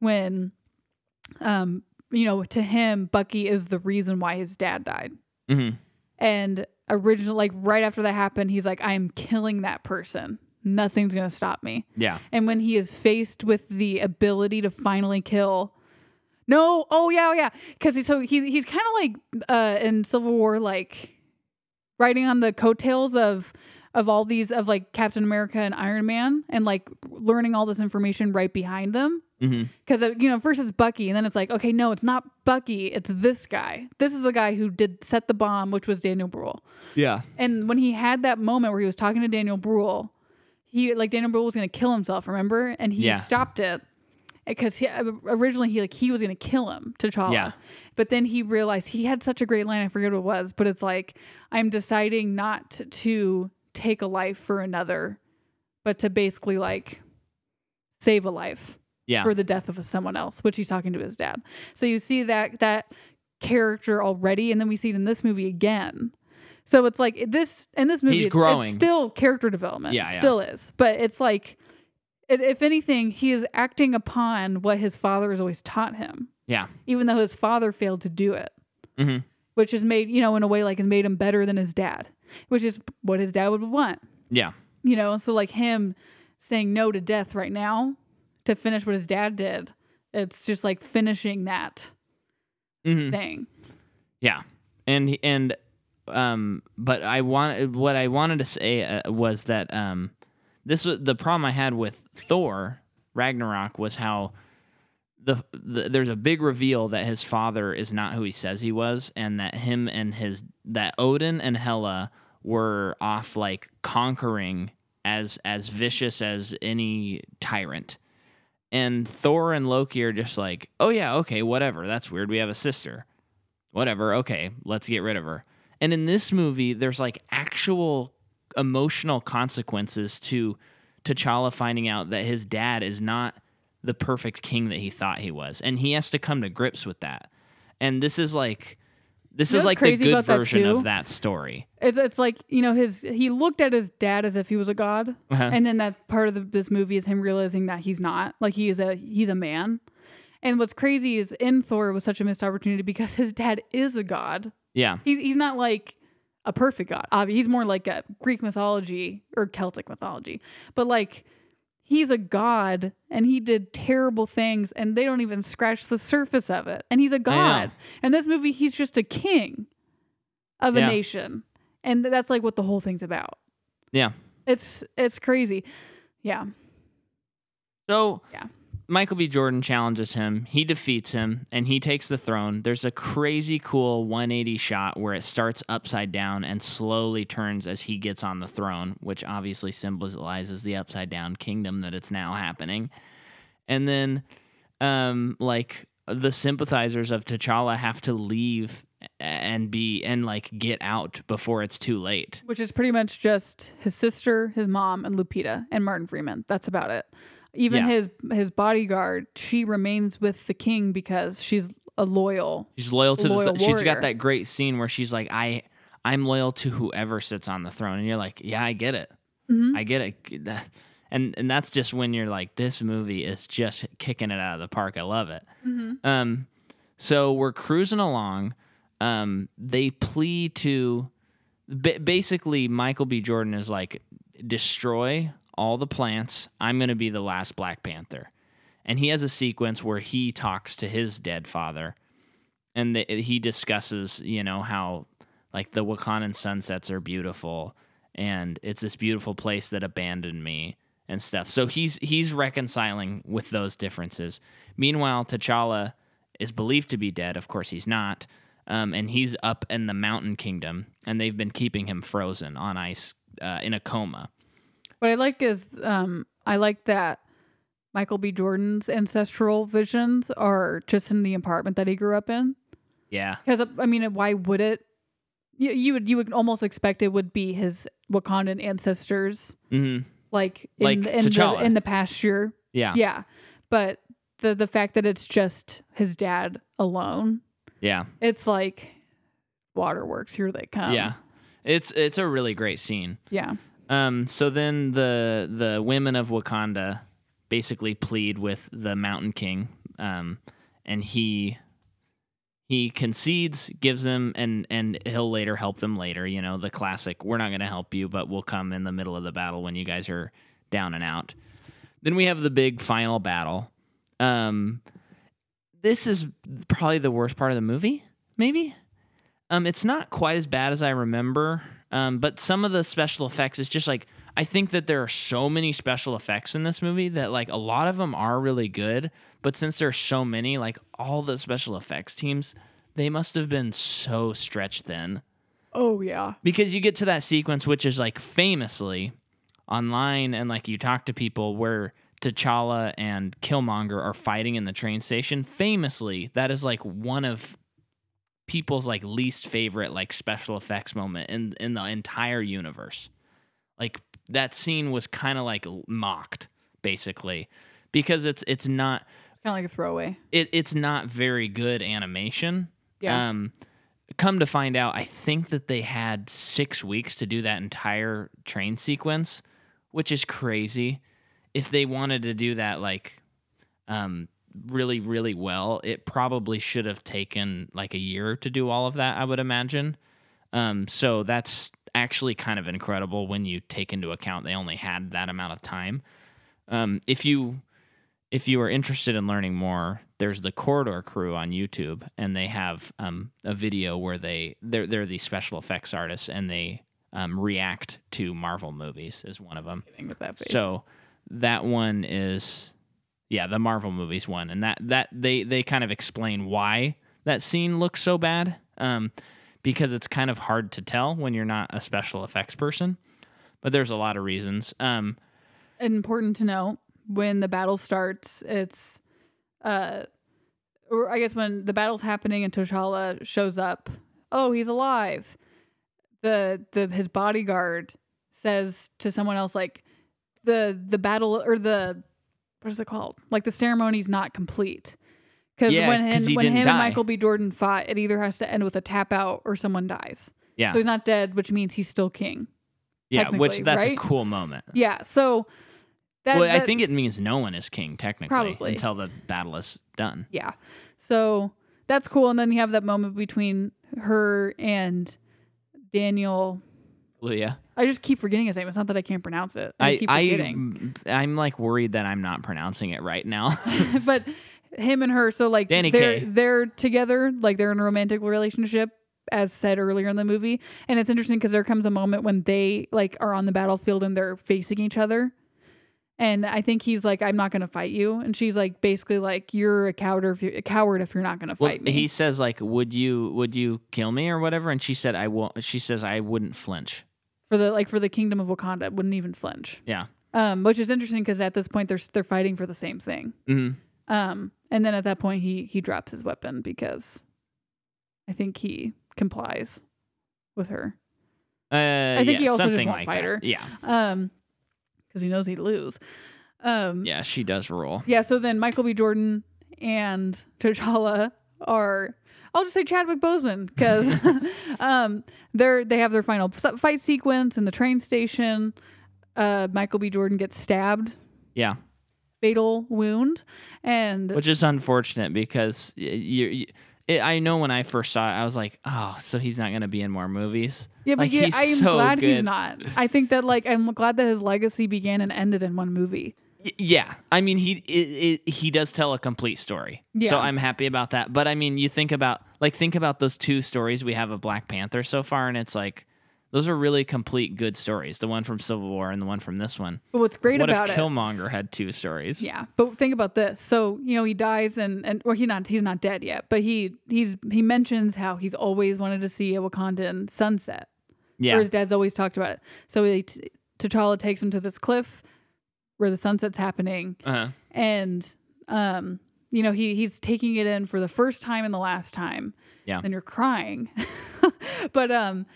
Speaker 2: when um you know to him Bucky is the reason why his dad died.
Speaker 1: Mhm.
Speaker 2: And original, like right after that happened, he's like, I am killing that person. nothing's going to stop me.
Speaker 1: Yeah.
Speaker 2: And when he is faced with the ability to finally kill, no, oh yeah, oh yeah, because so he's he's kind of like uh, in Civil War, like riding on the coattails of of all these of like Captain America and Iron Man, and like learning all this information right behind them.
Speaker 1: hmm
Speaker 2: Because you know, first it's Bucky, and then it's like, okay, no, it's not Bucky, it's this guy. This is the guy who did set the bomb, which was Daniel Bruhl.
Speaker 1: Yeah.
Speaker 2: And when he had that moment where he was talking to Daniel Bruhl, he like Daniel Bruhl was going to kill himself, remember? And he
Speaker 1: Yeah.
Speaker 2: stopped it because he, originally he like he was going to kill him, T'Challa.
Speaker 1: Yeah.
Speaker 2: But then he realized he had such a great line. I forget what it was, but it's like I'm deciding not to take a life for another, but to basically like save a life
Speaker 1: Yeah.
Speaker 2: for the death of someone else, which he's talking to his dad. So you see that that character already, and then we see it in this movie again. So it's like this in this movie,
Speaker 1: He's
Speaker 2: it's-
Speaker 1: growing.
Speaker 2: It's still character development,
Speaker 1: Yeah, yeah.
Speaker 2: still is, but it's like, i- if anything, he is acting upon what his father has always taught him,
Speaker 1: Yeah.
Speaker 2: even though his father failed to do it,
Speaker 1: Mhm.
Speaker 2: which is made you know in a way like has made him better than his dad, which is what his dad would want
Speaker 1: Yeah.
Speaker 2: you know so like him saying no to death right now to finish what his dad did it's just like finishing that
Speaker 1: hmm
Speaker 2: thing
Speaker 1: Yeah, and and um, but I want what I wanted to say uh, was that um, this was the problem I had with Thor Ragnarok was how the, the there's a big reveal that his father is not who he says he was, and that him and his that Odin and Hela were off like conquering as as vicious as any tyrant. And Thor and Loki are just like, oh yeah, okay, whatever. That's weird. We have a sister whatever, okay, let's get rid of her. And in this movie, there's like actual emotional consequences to T'Challa finding out that his dad is not the perfect king that he thought he was, and he has to come to grips with that. And this is like, this
Speaker 2: You know
Speaker 1: is
Speaker 2: what's
Speaker 1: like the
Speaker 2: crazy
Speaker 1: good
Speaker 2: about that
Speaker 1: version
Speaker 2: too?
Speaker 1: of that story.
Speaker 2: it's, it's like you know his he looked at his dad as if he was a god
Speaker 1: Uh-huh.
Speaker 2: and then that part of the, this movie is him realizing that he's not like he is a he's a man and what's crazy is in thor was such a missed opportunity because his dad is a god
Speaker 1: Yeah,
Speaker 2: he's, he's not like a perfect god obviously he's more like a greek mythology or celtic mythology but like he's a god and he did terrible things and they don't even scratch the surface of it and he's a god and this movie he's just a king of a
Speaker 1: Yeah.
Speaker 2: nation and th- that's like what the whole thing's about
Speaker 1: yeah.
Speaker 2: it's it's crazy yeah
Speaker 1: So
Speaker 2: Yeah.
Speaker 1: Michael B. Jordan challenges him. He defeats him, and he takes the throne. There's a crazy cool 180 shot where it starts upside down and slowly turns as he gets on the throne, which obviously symbolizes the upside down kingdom that it's now happening. And then, um, like the sympathizers of T'Challa have to leave a- and be and like get out before it's too late.
Speaker 2: which is pretty much just his sister his mom and lupita and martin freeman that's about it even
Speaker 1: Yeah.
Speaker 2: his his bodyguard she remains with the king because she's a loyal
Speaker 1: She's loyal to
Speaker 2: Loyal
Speaker 1: the. Th- she's
Speaker 2: warrior.
Speaker 1: got that great scene where she's like, "I, I'm loyal to whoever sits on the throne," and you're like, "Yeah, I get it,
Speaker 2: Mhm.
Speaker 1: I get it." That- And and that's just when you're like, "This movie is just kicking it out of the park. I love it."
Speaker 2: Mm-hmm.
Speaker 1: Um, so we're cruising along. Um, they plea to, ba- basically, Michael B. Jordan is like, destroy all the plants. I'm gonna be the last Black Panther, and he has a sequence where he talks to his dead father, and the, he discusses, you know, how like the Wakandan sunsets are beautiful, and it's this beautiful place that abandoned me and stuff. So he's he's reconciling with those differences. Meanwhile, T'Challa is believed to be dead. Of course, he's not. Um, and he's up in the mountain kingdom, and they've been keeping him frozen on ice uh, in a coma.
Speaker 2: What I like is um I like that Michael B. Jordan's ancestral visions are just in the apartment that he grew up in.
Speaker 1: Yeah.
Speaker 2: Because I mean, why would it? You, you would you would almost expect it would be his Wakandan ancestors,
Speaker 1: hmm
Speaker 2: like in
Speaker 1: Like
Speaker 2: the, in, the,
Speaker 1: T'Challa.
Speaker 2: in the pasture.
Speaker 1: Yeah.
Speaker 2: Yeah. but the the fact that it's just his dad alone,
Speaker 1: Yeah.
Speaker 2: it's like waterworks. Here they come.
Speaker 1: yeah. It's it's a really great scene.
Speaker 2: yeah.
Speaker 1: Um, so then the the women of Wakanda basically plead with the Mountain King, um, and he he concedes, gives them, and and he'll later help them later. You know the classic: we're not going to help you, but we'll come in the middle of the battle when you guys are down and out. Then we have the big final battle. Um, this is probably the worst part of the movie. Maybe um, it's not quite as bad as I remember. Um, but some of the special effects is just like I think that there are so many special effects in this movie that like a lot of them are really good. But since there are so many, like all the special effects teams, they must have been so stretched thin
Speaker 2: Oh yeah.
Speaker 1: because you get to that sequence which is like famously online and like you talk to people where T'Challa and Killmonger are fighting in the train station famously that is like one of people's like least favorite like special effects moment in in the entire universe like that scene was kind of like mocked basically because it's it's not
Speaker 2: Kind of like a throwaway.
Speaker 1: it, it's not very good animation.
Speaker 2: Yeah.
Speaker 1: Um, come to find out, I think that they had six weeks to do that entire train sequence, which is crazy. If they wanted to do that, like, um, really, really well, it probably should have taken like a year to do all of that. I would imagine. Um, so that's actually kind of incredible when you take into account they only had that amount of time. Um, if you if you are interested in learning more, there's the Corridor Crew on YouTube, and they have um, a video where they they're they're these special effects artists, and they um, react to Marvel movies is one of them.
Speaker 2: Thing with that face.
Speaker 1: So that one is yeah, the Marvel movies one. And that that they they kind of explain why that scene looks so bad. Um because it's kind of hard to tell when you're not a special effects person. But there's a lot of reasons. Um
Speaker 2: important to know when the battle starts it's uh or i guess when the battle's happening and T'Challa shows up oh he's alive the the his bodyguard says to someone else like the the battle or the what is it called like the ceremony's not complete because
Speaker 1: Yeah,
Speaker 2: when
Speaker 1: 'cause
Speaker 2: him,
Speaker 1: he
Speaker 2: when
Speaker 1: didn't
Speaker 2: him
Speaker 1: die.
Speaker 2: and michael b jordan fought it either has to end with a tap out or someone dies
Speaker 1: yeah.
Speaker 2: so he's not dead which means he's still king
Speaker 1: yeah, which
Speaker 2: technically,
Speaker 1: that's a
Speaker 2: right?
Speaker 1: cool moment.
Speaker 2: yeah so that,
Speaker 1: well, I
Speaker 2: that-
Speaker 1: think it means no one is king technically
Speaker 2: Probably.
Speaker 1: until the battle is done.
Speaker 2: yeah so that's cool and then you have that moment between her and daniel
Speaker 1: Well, yeah.
Speaker 2: i just keep forgetting his name it's not that i can't pronounce it i,
Speaker 1: I,
Speaker 2: just keep forgetting
Speaker 1: I I'm like worried that I'm not pronouncing it right
Speaker 2: [laughs]
Speaker 1: now.
Speaker 2: but him and her so like
Speaker 1: Danny
Speaker 2: they're
Speaker 1: Kaye.
Speaker 2: they're together like they're in a romantic relationship as said earlier in the movie and it's interesting because there comes a moment when they like are on the battlefield and they're facing each other and i think he's like i'm not going to fight you and she's like basically like you're a coward if you're a coward if you're not going to
Speaker 1: Well,
Speaker 2: fight me
Speaker 1: he says like, "Would you would you kill me or whatever?" And she said, "I won't." She says, "I wouldn't flinch."
Speaker 2: for the like for the kingdom of Wakanda wouldn't even flinch.
Speaker 1: Yeah.
Speaker 2: Um, which is interesting because at this point they're s- they're fighting for the same thing.
Speaker 1: Mm-hmm.
Speaker 2: Um, and then at that point he he drops his weapon because I think he complies with her.
Speaker 1: Uh,
Speaker 2: I think
Speaker 1: yeah,
Speaker 2: he also just
Speaker 1: something
Speaker 2: won't
Speaker 1: like
Speaker 2: fight
Speaker 1: that.
Speaker 2: her.
Speaker 1: Yeah,
Speaker 2: Um, because he knows he'd lose. Um,
Speaker 1: yeah, she does rule.
Speaker 2: yeah. So then Michael B. Jordan and T'Challa are. I'll just say Chadwick Boseman because [laughs] um, they're they have their final s- fight sequence in the train station. Uh, Michael B. Jordan gets stabbed
Speaker 1: Yeah,
Speaker 2: fatal wound and
Speaker 1: which is unfortunate because y- you. you it, I know when I first saw it, I was like, "Oh, so he's not gonna be in more movies."
Speaker 2: yeah but
Speaker 1: like,
Speaker 2: yeah,
Speaker 1: he's
Speaker 2: i'm
Speaker 1: so
Speaker 2: glad he's
Speaker 1: good.
Speaker 2: not i think that like i'm glad that his legacy began and ended in one movie
Speaker 1: Y- yeah, I mean, he it, it, he does tell a complete story,
Speaker 2: Yeah.
Speaker 1: so I'm happy about that. But I mean, you think about like think about those two stories we have of Black Panther so far, and it's like those are really complete good stories. The one from Civil War and the one from this one.
Speaker 2: but what's great
Speaker 1: what
Speaker 2: about
Speaker 1: if
Speaker 2: it
Speaker 1: Killmonger had two stories?
Speaker 2: yeah but think about this so you know he dies and and or he not he's not dead yet but he he's he mentions how he's always wanted to see a wakandan sunset or
Speaker 1: yeah,
Speaker 2: his dad's always talked about it so he t- t'challa takes him to this cliff where the sunset's happening
Speaker 1: uh-huh.
Speaker 2: and um you know he he's taking it in for the first time and the last time
Speaker 1: Yeah.
Speaker 2: and you're crying [laughs] but um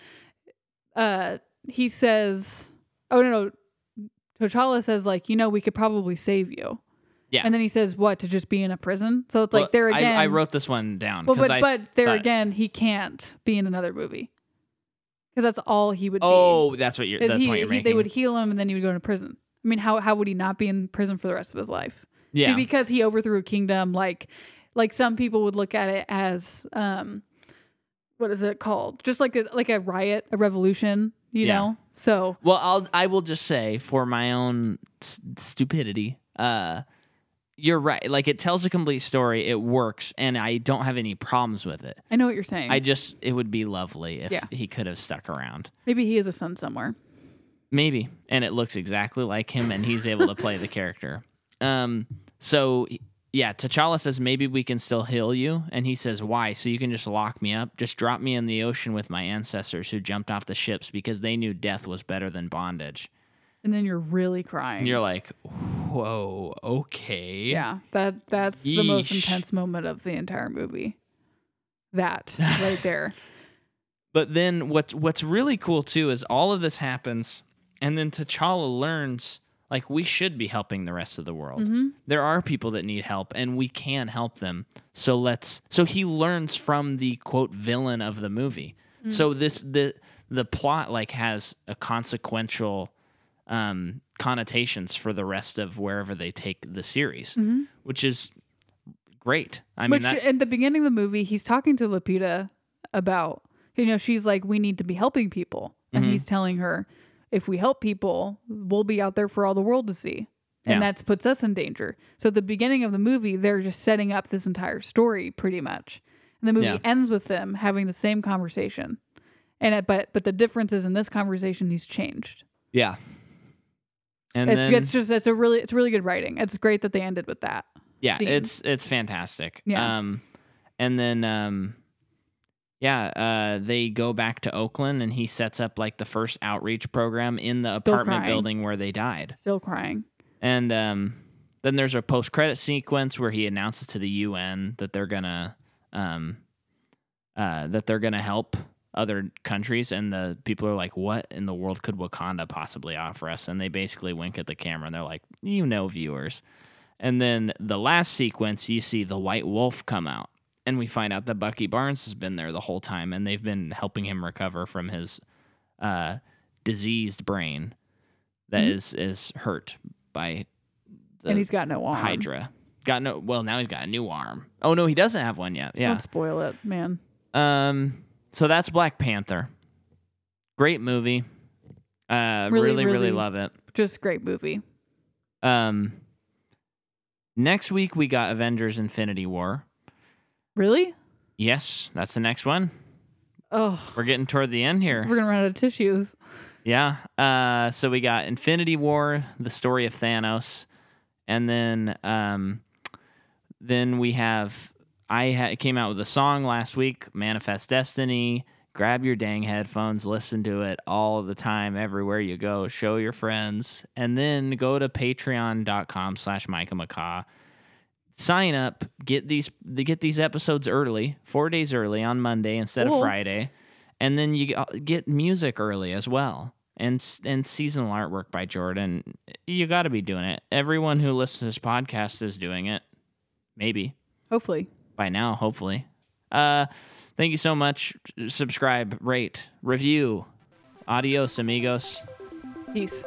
Speaker 2: uh he says oh no no T'Challa says like you know we could probably save you
Speaker 1: Yeah.
Speaker 2: and then he says what to just be in a prison so it's
Speaker 1: Well,
Speaker 2: like there
Speaker 1: I-
Speaker 2: again
Speaker 1: I, wrote this one down
Speaker 2: well,
Speaker 1: because
Speaker 2: but
Speaker 1: I.
Speaker 2: but there
Speaker 1: thought-
Speaker 2: again he can't be in another movie because that's all he would
Speaker 1: oh, that's what
Speaker 2: be
Speaker 1: you're.
Speaker 2: is
Speaker 1: That's the
Speaker 2: he,
Speaker 1: point you're
Speaker 2: he-
Speaker 1: making.
Speaker 2: they would heal him and then he would go into prison I mean how how would he not be in prison for the rest of his life
Speaker 1: yeah.
Speaker 2: because he overthrew a kingdom like like some people would look at it as um what is it called just like a, like a riot a revolution you
Speaker 1: Yeah.
Speaker 2: know? So
Speaker 1: Well, I'll I will just say for my own s- stupidity, uh, you're right. Like it tells a complete story. It works, and I don't have any problems with it.
Speaker 2: I know what you're saying.
Speaker 1: I just it would be lovely if
Speaker 2: Yeah.
Speaker 1: he could have stuck around.
Speaker 2: Maybe he has a son somewhere.
Speaker 1: Maybe. And it looks exactly like him and he's able to play the character. Um so yeah, T'Challa says maybe we can still heal you and he says why? So you can just lock me up, just drop me in the ocean with my ancestors who jumped off the ships because they knew death was better than bondage.
Speaker 2: And then you're really crying.
Speaker 1: And you're like, "Whoa, okay."
Speaker 2: yeah. That that's the most
Speaker 1: Yeesh.
Speaker 2: intense moment of the entire movie.
Speaker 1: [laughs]
Speaker 2: That right there.
Speaker 1: But then what's what's really cool too is all of this happens and then T'Challa learns like we should be helping the rest of the world.
Speaker 2: Mhm.
Speaker 1: There are people that need help and we can help them. So let's so he learns from the quote villain of the movie.
Speaker 2: Mm.
Speaker 1: So this the the plot like has a consequential um connotations for the rest of wherever they take the series,
Speaker 2: Mhm.
Speaker 1: which is great. I mean
Speaker 2: Which
Speaker 1: that's
Speaker 2: at the beginning of the movie, he's talking to Lupita about, you know, she's like, we need to be helping people. And
Speaker 1: Mhm.
Speaker 2: he's telling her, if we help people, we'll be out there for all the world to see.
Speaker 1: Yeah.
Speaker 2: And that's that puts us in danger. So at the beginning of the movie, they're just setting up this entire story pretty much. And the movie
Speaker 1: Yeah.
Speaker 2: ends with them having the same conversation. And it, but but the difference is in this conversation he's changed.
Speaker 1: yeah. And
Speaker 2: it's
Speaker 1: then,
Speaker 2: it's just it's a really it's really good writing. It's great that they ended with that.
Speaker 1: yeah
Speaker 2: scene.
Speaker 1: it's it's fantastic
Speaker 2: Yeah.
Speaker 1: um and then um yeah uh they go back to oakland and he sets up like the first outreach program in the
Speaker 2: Still
Speaker 1: apartment
Speaker 2: crying.
Speaker 1: building where they died
Speaker 2: Still crying.
Speaker 1: and um then there's a post-credit sequence where he announces to the un that they're gonna um uh that they're gonna help other countries and the people are like what in the world could wakanda possibly offer us and they basically wink at the camera and they're like you know viewers and then the last sequence, you see the white wolf come out. And we find out that Bucky Barnes has been there the whole time and they've been helping him recover from his uh, diseased brain that
Speaker 2: Mhm.
Speaker 1: is is hurt by the
Speaker 2: and he's got no arm.
Speaker 1: Hydra. Got no well, now he's got a new arm. Oh no, he doesn't have one yet. Yeah.
Speaker 2: Don't spoil it, man.
Speaker 1: Um so that's Black Panther. Great movie. Uh
Speaker 2: Really,
Speaker 1: really, really,
Speaker 2: really-
Speaker 1: love it.
Speaker 2: Just great movie.
Speaker 1: Um next week we got Avengers Infinity War.
Speaker 2: Really?
Speaker 1: Yes, that's the next one.
Speaker 2: Oh,
Speaker 1: We're getting toward the end
Speaker 2: we're
Speaker 1: here.
Speaker 2: gonna run out of tissues.
Speaker 1: Yeah. Uh, so we got Infinity War, the story of Thanos, and then um, then we have I ha- came out with a song last week, Manifest Destiny. Grab your dang headphones, listen to it all the time, everywhere you go. Show your friends, and then go to Patreon.com/slash Micah McCaw. Sign up, get these get these episodes early, four days early on Monday instead
Speaker 2: Cool.
Speaker 1: of Friday and then you g- get music early as well and s- and seasonal artwork by jordan you got to be doing it everyone who listens to this podcast is doing it maybe
Speaker 2: Hopefully.
Speaker 1: by now hopefully uh thank you so much subscribe rate review adios amigos
Speaker 2: Peace.